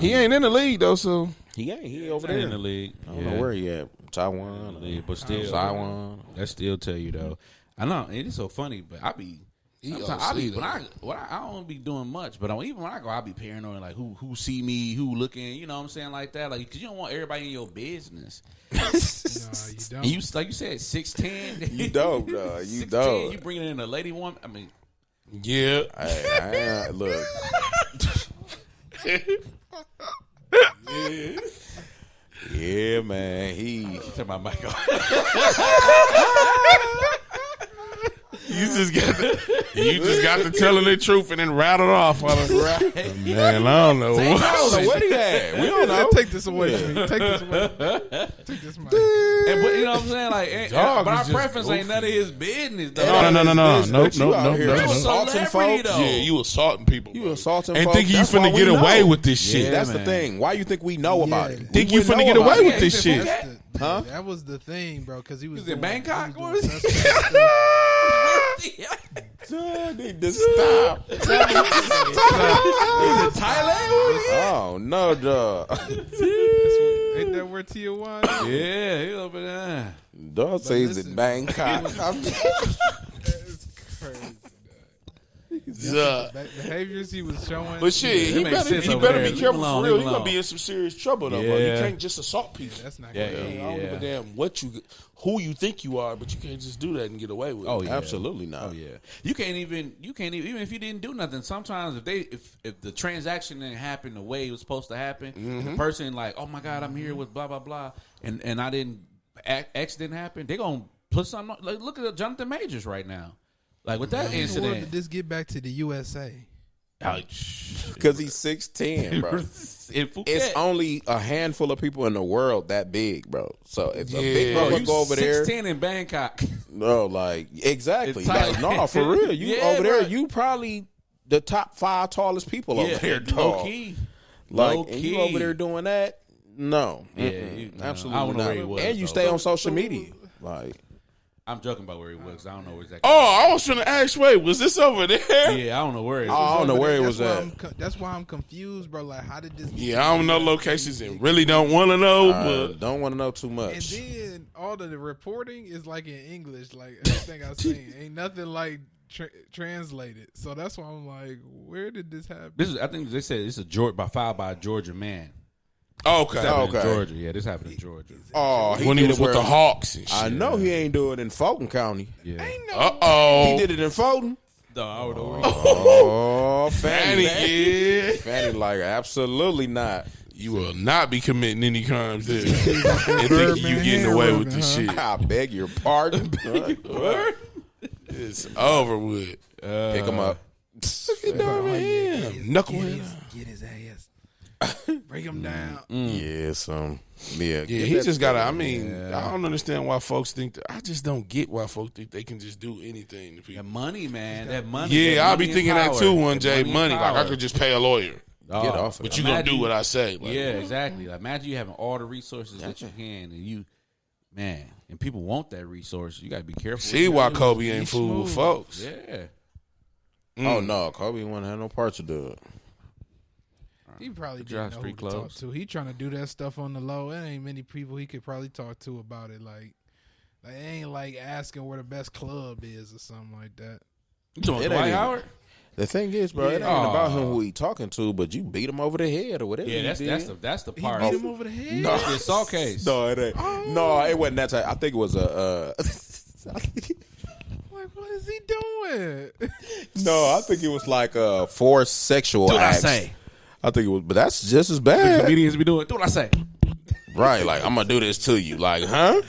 He ain't in the league though, so
He ain't. He over
not
there.
in the league.
I don't know where he at. Taiwan. or
Yeah, but still,
Taiwan.
That still tell you though. I know it is so funny, but I be. sometimes I be
OC
when I when I, I don't be doing much, but I, even when I go, I be paranoid like who who see me, who looking, you know what I'm saying like that, like because you don't want everybody in your business.
Nah, you don't.
And you like you said six ten,
You dope, dog. You
6'10",
dope.
You bringing in a lady woman? I mean,
yeah.
Hey, I ain't- look. yeah. yeah, man. He.
turn my mic off.
You just got the, you just got to telling the truth and then rattled off. I was right. Man, I don't know.
Oh, so
What.
what he at? We don't know.
Take this away from me. Take this away. Take this mic.
And, but you know what I'm saying? Like, and,
Dog
and- but
is
our
just
preference ain't none of his business. Though.
No, no, no, no, no,
But
no,
you
no,
out
no,
here
no,
You a
no.
assaulting
celebrity
folks.
though.
Yeah, you assaulting people.
You
bro.
assaulting
and
folks.
think you
That's why
finna
we
get
know.
away with this
Yeah.
shit.
That's the
man.
thing. Why you think we know about it?
Yeah.
Think
We
you
wouldn't
finna
know
get
about
away
it.
with this shit?
That's the-
Huh?
That was the thing, bro, because he was,
was in
doing- he
Bangkok,
doing
was he?
suspect stuff.
I need to stop.
Thailand?
Oh no, duh.
Ain't that where Tijuana? is?
Yeah, he over there.
Duh says it
listen.
Bangkok.
That's crazy. dog.
He's uh,
Ba- behaviors he was showing.
but shit,
that
he
makes
better,
sense
he
over
better
there.
be
Leave
careful
him alone,
for real.
leave
He
him
gonna be
alone.
in some serious trouble though, bro. You
Yeah.
can't just assault people.
that's not
Yeah,
I
good.
don't give a
Yeah.
damn what you, who you think you are, but you can't just do that and get away with it.
Oh, yeah. absolutely not.
Oh yeah, you can't even you can't even even if you didn't do nothing. Sometimes if they if if the transaction didn't happen the way it was supposed to happen, and
Mm-hmm.
the person like oh my god I'm here with blah blah blah, and and I didn't act- X didn't happen. They gonna put something on- like look at Jonathan Majors right now, like with that
In the world did
incident.
this get back to the USA?
Like, shh.
Because he's six ten, bro.
In Phuket.
It's only a handful of people in the world that big, bro. So if a big
Yeah.
Bro,
brother
you
go over there,
16 in Bangkok.
no, like exactly,
It's
like
tight.
no, for real. You
Yeah,
over there,
bro.
you probably the top five tallest people over there,
low
dog.
key.
Like
Low
and you
key.
over there doing that? No,
Yeah,
Mm-mm.
you- no.
absolutely
I don't know
not.
where he was,
and you
though,
stay
but-
on social media, like
I'm joking about where he was. 'cause I don't know where exactly.
Oh, I was trying to ask, wait, was this over there? Yeah,
yeah, I don't know where. It was.
I don't know where it
That's
was
why
at.
I'm co- that's why I'm confused, bro. Like, how did this? get-
I don't know locations and really don't want to know,
Uh,
but
don't want to know too
And
much.
then all of the reporting is like in English. Like everything I'm saying ain't nothing like tra- translated. So that's why I'm like, where did this happen?
This is. I think they said this is a Georgia by filed by a Georgia man.
okay.
This happened in
Okay.
Georgia. Yeah, this happened in Georgia.
Oh,
when he
did
was
it
with the
where-
Hawks and shit.
I know he ain't do it in Fulton County.
Yeah.
Ain't no
Uh oh.
He did it in Fulton.
No, I would
Oh, Fanny.
Fanny,
Fanny,
yeah.
like, absolutely not.
You will not be committing any crimes there. and
Birdman
thinking you getting away with
hand
this shit.
I beg your pardon. Pick
It's over with.
him up.
Damn, knucklehead.
get his ass, bring him down.
Mm-hmm.
Mm.
Yeah, um, some. Yeah,
Uh, Yeah, he just gotta. I mean, I don't understand why folks think. That, I just don't get why folks think they can just do anything to
That
people.
money, man. That money. that
Yeah, I'll be
money and
thinking that
power.
too one
That
day.
and
Money, like I
power.
could just pay a lawyer,
Get
Dog.
off of
but
it.
you gonna do
Imagine-
what I say. Like,
Yeah, exactly. Like, imagine you having all the resources that you can, and you, man, and people want that resource. You got to be careful.
See
with
why
that.
Kobe ain't fooled with folks.
Yeah.
Oh,
Mm.
no. Kobe wouldn't have no parts to do it.
He probably
your
didn't
eyes
know who
pretty
to
close.
talk to. He trying to do that stuff on the low. It ain't many people he could probably talk to about it. Like, like it ain't like asking where the best club is or something like that.
You talking
It
about Dwight
ain't
Howard?
The thing is, bro, it ain't
Yeah.
about him who he talking to, but you beat him over the head or whatever.
Yeah,
you
that's
did.
that's the that's the
He
part.
beat him over the head.
That's the assault case.
No, it ain't. No, it wasn't that type. I think it was a. Uh,
Like, what is he doing?
no, I think it was like a forced sexual
Do what I
acts.
say.
I think it was, but that's just as bad,
Comedians be doing. Do what I say.
right? Like I'm gonna do this to you, like, huh?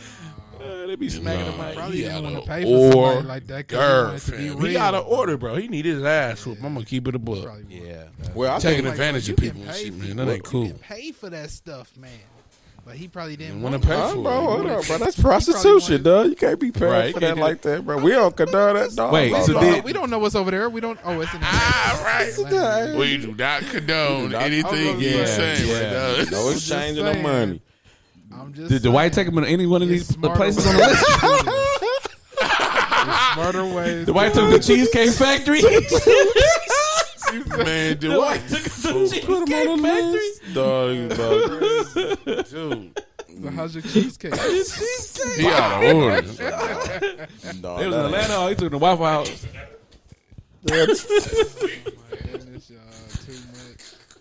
they be smacking the mic.
probably
Uh, He
didn't
outta
want to pay for somebody like that. 'cause he wanted to be
fam.
real.
He out of order, bro. He need his ass whooped. I'm gonna keep it a book.
Probably wanted
Yeah.
Well, I
Taking
think
advantage
you
of
can
people and
pay
shit,
for
man. That ain't
to
cool.
pay for that stuff, man. But he probably didn't
Want
want
to pay
Huh,
for
bro,
it?
hold up, bro. That's
wanted-
prostitution, dog. You can't be paying
Right, you
for that
can't do
like that, bro. We don't condone that, dog.
Wait,
Bro,
so
no.
did-
Oh, we don't know what's over there. We don't. Oh, it's in the.
All right.
Dog.
We do not condone anything
Yeah,
you're saying
yeah.
right now.
no exchange of no
saying.
money.
I'm just.
Did Dwight take him to any one of
It's
these
smarter
places on the
ways
list?
to do this. It's smarter ways.
The White took the Cheesecake Factory.
Man, Dwight
took the Cheesecake Factory.
Dog, dog.
So how's your cheesecake?
He out of order.
No,
It was in
that ain't-
Atlanta. Oh, he took the Waffle House.
Oh, Goodness, y'all, too much.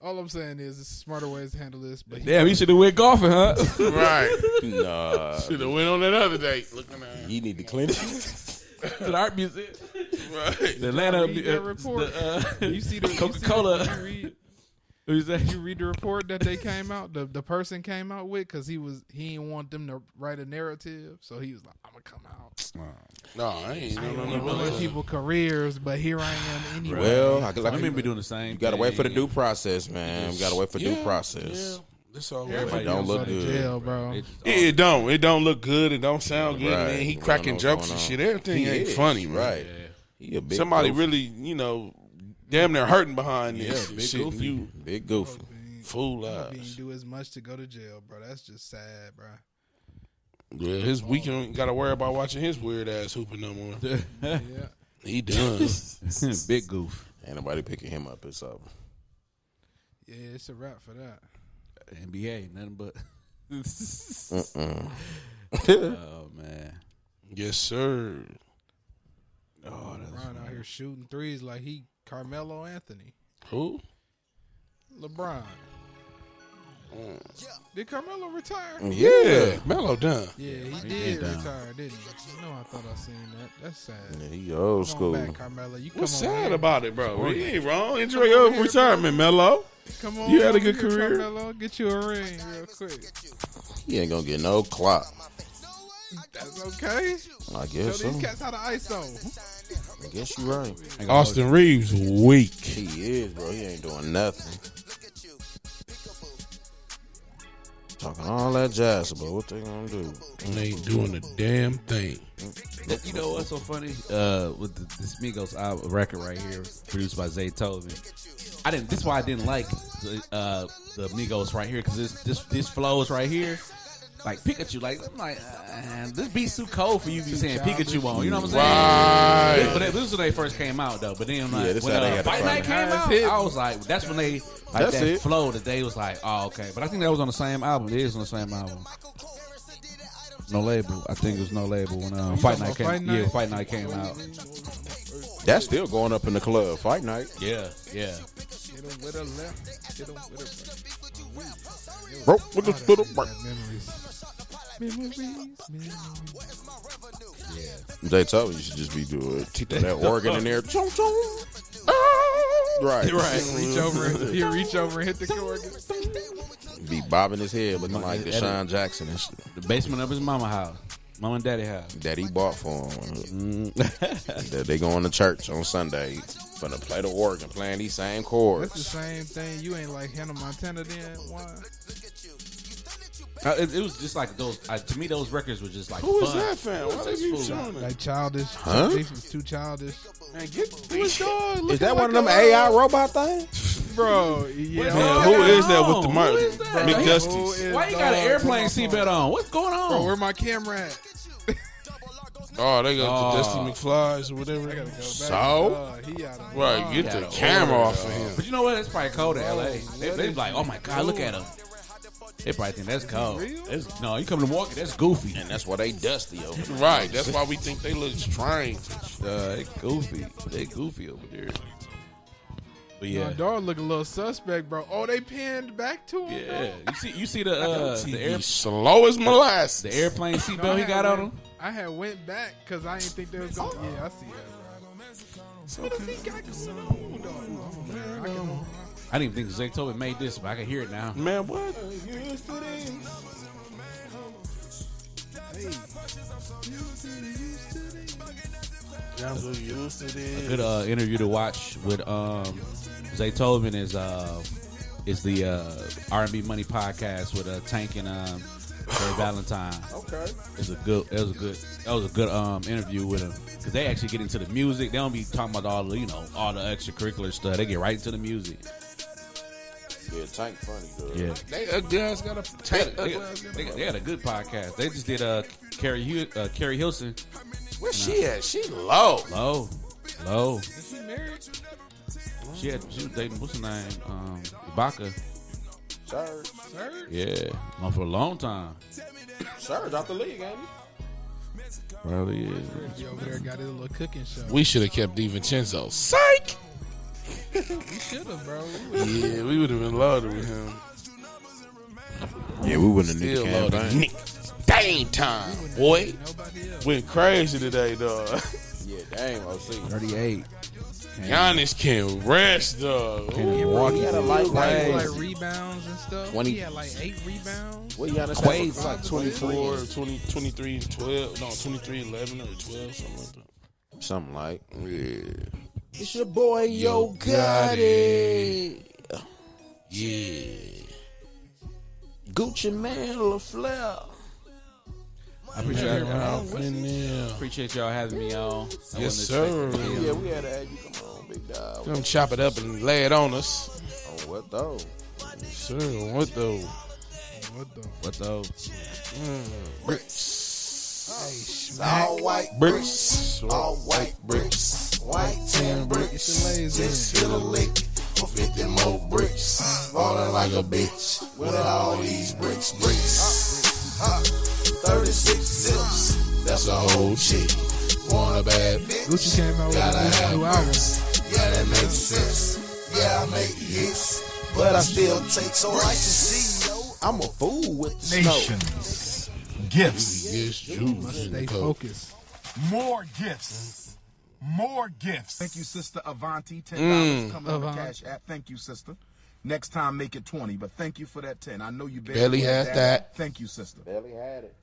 All I'm saying is, it's smarter ways to handle this. But
Damn, he should have went golfing, huh?
Right.
Nah,
Should have went on that other date. Looking at
you need to clean it.
to the art museum.
right.
The Atlanta.
Read that
uh,
report.
the, uh,
you see the you see the-
Coca-Cola.
you read-
what you say?
you read the report that they came out the, the person came out with because he was he didn't want them to write a narrative so he was like i'm gonna come out
No, I ain't. No, no, no, no.
ruin people careers but here i am anyway
Well, I guess I
Women
can
be doing the same.
You gotta wait for the
thing.
due process, man. We gotta wait for due
Yeah,
process.
yeah. That's all.
Everybody
Right.
It don't
else
look
out of
good.
jail bro
It's all-
It, it don't. It don't look good. It don't sound good,
Right.
man. He
You don't know
cracking
what's
jokes
going
and
on.
shit. Everything
He
ain't
is,
funny, man.
right?
Yeah.
He a big
Somebody
goofy.
really, you know, damn near hurting behind this
Yeah,
and
big
shit. and
goofy.
You
big goofy.
fool
being
eyes.
do as much to go to jail bro that's just sad bro
Yeah, his weekend got to worry about watching his weird ass hooping no more.
yeah
He done.
Big goof.
Ain't nobody picking him up. It's over.
yeah it's a wrap for that
NBA, nothing but. oh man.
yes, sir.
Oh, that's
Oh,
Ron out here nigga shooting threes like he Carmelo Anthony,
Who?
LeBron.
Mm.
Did Carmelo retire?
Yeah, Melo done.
Yeah, he,
did
did
down.
retire, didn't he? No, I thought I seen that. That's sad.
Yeah, he old
Come
school.
on back, Carmelo. You come
What's
on
sad
here.
about it, bro? You ain't wrong. Enjoy your retirement, Melo.
Come on,
You had a
over
good
here,
career.
Carmelo. Get you a ring real quick.
He ain't gonna get no clock.
That's okay.
I
Tell
guess so.
these cats how to ISO.
I guess you right.
Austin Reeves weak.
He is, bro. He ain't doing nothing. Talking all that jazz about what they gonna do.
And they ain't doing a damn thing.
You know what's so funny? Uh, with the, this Migos album, record right here, produced by Zaytoven. I didn't. This is why I didn't like the, uh, the Migos right here because this this this flows right here. Like Pikachu, like I'm like, uh, this beat's too cold for you to be saying Pikachu on. You know what I'm saying?
Right.
But this was when they first came out though. But then like
Yeah, this
when
how they
uh,
had to
Fight
find
Night
it.
came out,
Hit.
I was like, that's when they like
That's
that
it.
flow that they was like, oh okay. But I think that was on the same album. It is on the same album. No label. I think it was no label when um, Fight
talking
Night
about
came.
Fight Night?
Yeah, Fight Night came out.
That's still going up in the club. Fight night.
Yeah, yeah.
Get him with a left. Get him with a right.
Bro, with
Oh,
the
that
little
brings
break.
back Memories. Memories. memories.
They told me you should just be doing keeping that organ in there. Chong, chong. Right,
Reach over. and- He reach over and hit the cord.
Be bobbing his head, looking like
Edit.
Deshaun Jackson and shit
The basement of his mama house, mom and daddy house.
that he bought for him. that they going to church on Sunday, finna play the organ, playing these same
That's the
chords.
same thing. You ain't like Hannah Montana then. Why?
Uh, it, it was just like those. Uh, to me, those records were just like
Who is
fun.
that fan? Why they keep showing it?
Like childish.
Huh?
This was too childish.
Man, get these dogs.
Is that one of them AI robot things?
Bro, yeah.
Man,
What's
who
going
is that with the
on?
Mark
Who is that?
Who is-
McDusties?
Why you got an airplane seatbelt on? What's going on?
Bro, where my camera at?
Oh, they got the Dusty
Oh.
McFlies or whatever.
I gotta go back.
So?
Uh, he out of
Right, get
Yeah,
the
the
camera off of him.
But you know what? It's probably cold in LA. They, they be like, oh my god, look at him. They probably think that's cold.
real?
It's- no, you come to Milwaukee, that's goofy.
And that's why they dusty over there.
Right, that's why we think they look strange.
Uh, they goofy. They goofy over there.
My
But yeah,
dog look a little suspect, bro. Oh, they pinned back to him. bro?
yeah. You see, you see the uh, the, air,
He's slow as molasses.
the airplane
No, I
seatbelt he
had
got on
went-
him.
I had went back because I didn't think they was going. to Yeah, I see that. Bro. What does he got going on, dog? Oh, man, I can-
I didn't even think Zay Tobin made this, but I can hear it now.
Man, what?
Good uh, interview to watch with um, Zay Tobin is uh, is the uh, R&B Money podcast with uh, Tank and um, Ray Valentine.
Okay.
It's a good. That was a good. That was a good um interview with him because they actually get into the music. They don't be talking about all the you know all the extracurricular stuff. They get right into the music.
Yeah, Tank funny, dude.
They ugly ass got a
They,
tank.
got- they, got- they got- they got a good podcast. They just did uh Carrie Hu- uh, Carrie Hilson.
Where she at? She low.
Low, low.
Is he married?
She had she was dating what's her name um Ibaka.
Serge.
Sir?
Yeah, on for a long time.
Serge out the league, ain't he?
Probably is.
He over there got his little cooking show.
We should have kept DiVincenzo. Psych.
We should have, bro.
Yeah, we would have been loaded with him.
Yeah, we wouldn't need
Still loaded. Nick. Dang time, boy.
Nobody else.
Went crazy today, dog.
Yeah, damn, OC.
Thirty-eight.
Giannis can rest, dog.
Can't
Ooh.
even walk.
He had a light
Like,
crazy.
like rebounds and stuff.
20.
He had like eight rebounds.
What Giannis
Quaid.
had? Like
24, 20, 23, 12. No, 23, 11 or 12, something like that.
Something like. Yeah. It's your boy Yo Gotti.
Yeah.
Gucci Man LaFleur.
I appreciate y'all.
in there.
Appreciate y'all having me on. I
Yes, sir.
wasn't expecting to be
Yeah,
on.
we had to have you come on, big dog.
Come chop it up and lay it on us.
Oh, what though?
Sure, what though?
What the?
What though?
All white
Bricks.
all white bricks, white tin bricks.
It's lazy.
Just hit a lick for 50 more bricks. Ballin' like a bitch with all these bricks, bricks. Huh, 36 zips, that's a whole chick. Wanna a bad
Gucci
bitch.
came out with
Gotta
a
have
new album.
bricks. Yeah, that makes sense. Yeah, I make hits, but I still take so right to see. yo.
I'm a fool with the snow.
Nations. Gifts.
Yes, juice in
They
the cup.
focus.
More gifts. More gifts. Thank you, sister Avanti. Ten dollars coming on the
Avanti.
cash app. Thank you, sister. Next time, make it twenty. But thank you for that ten. I know you barely,
Barely
had
had that.
Thank you, sister.
Barely had it.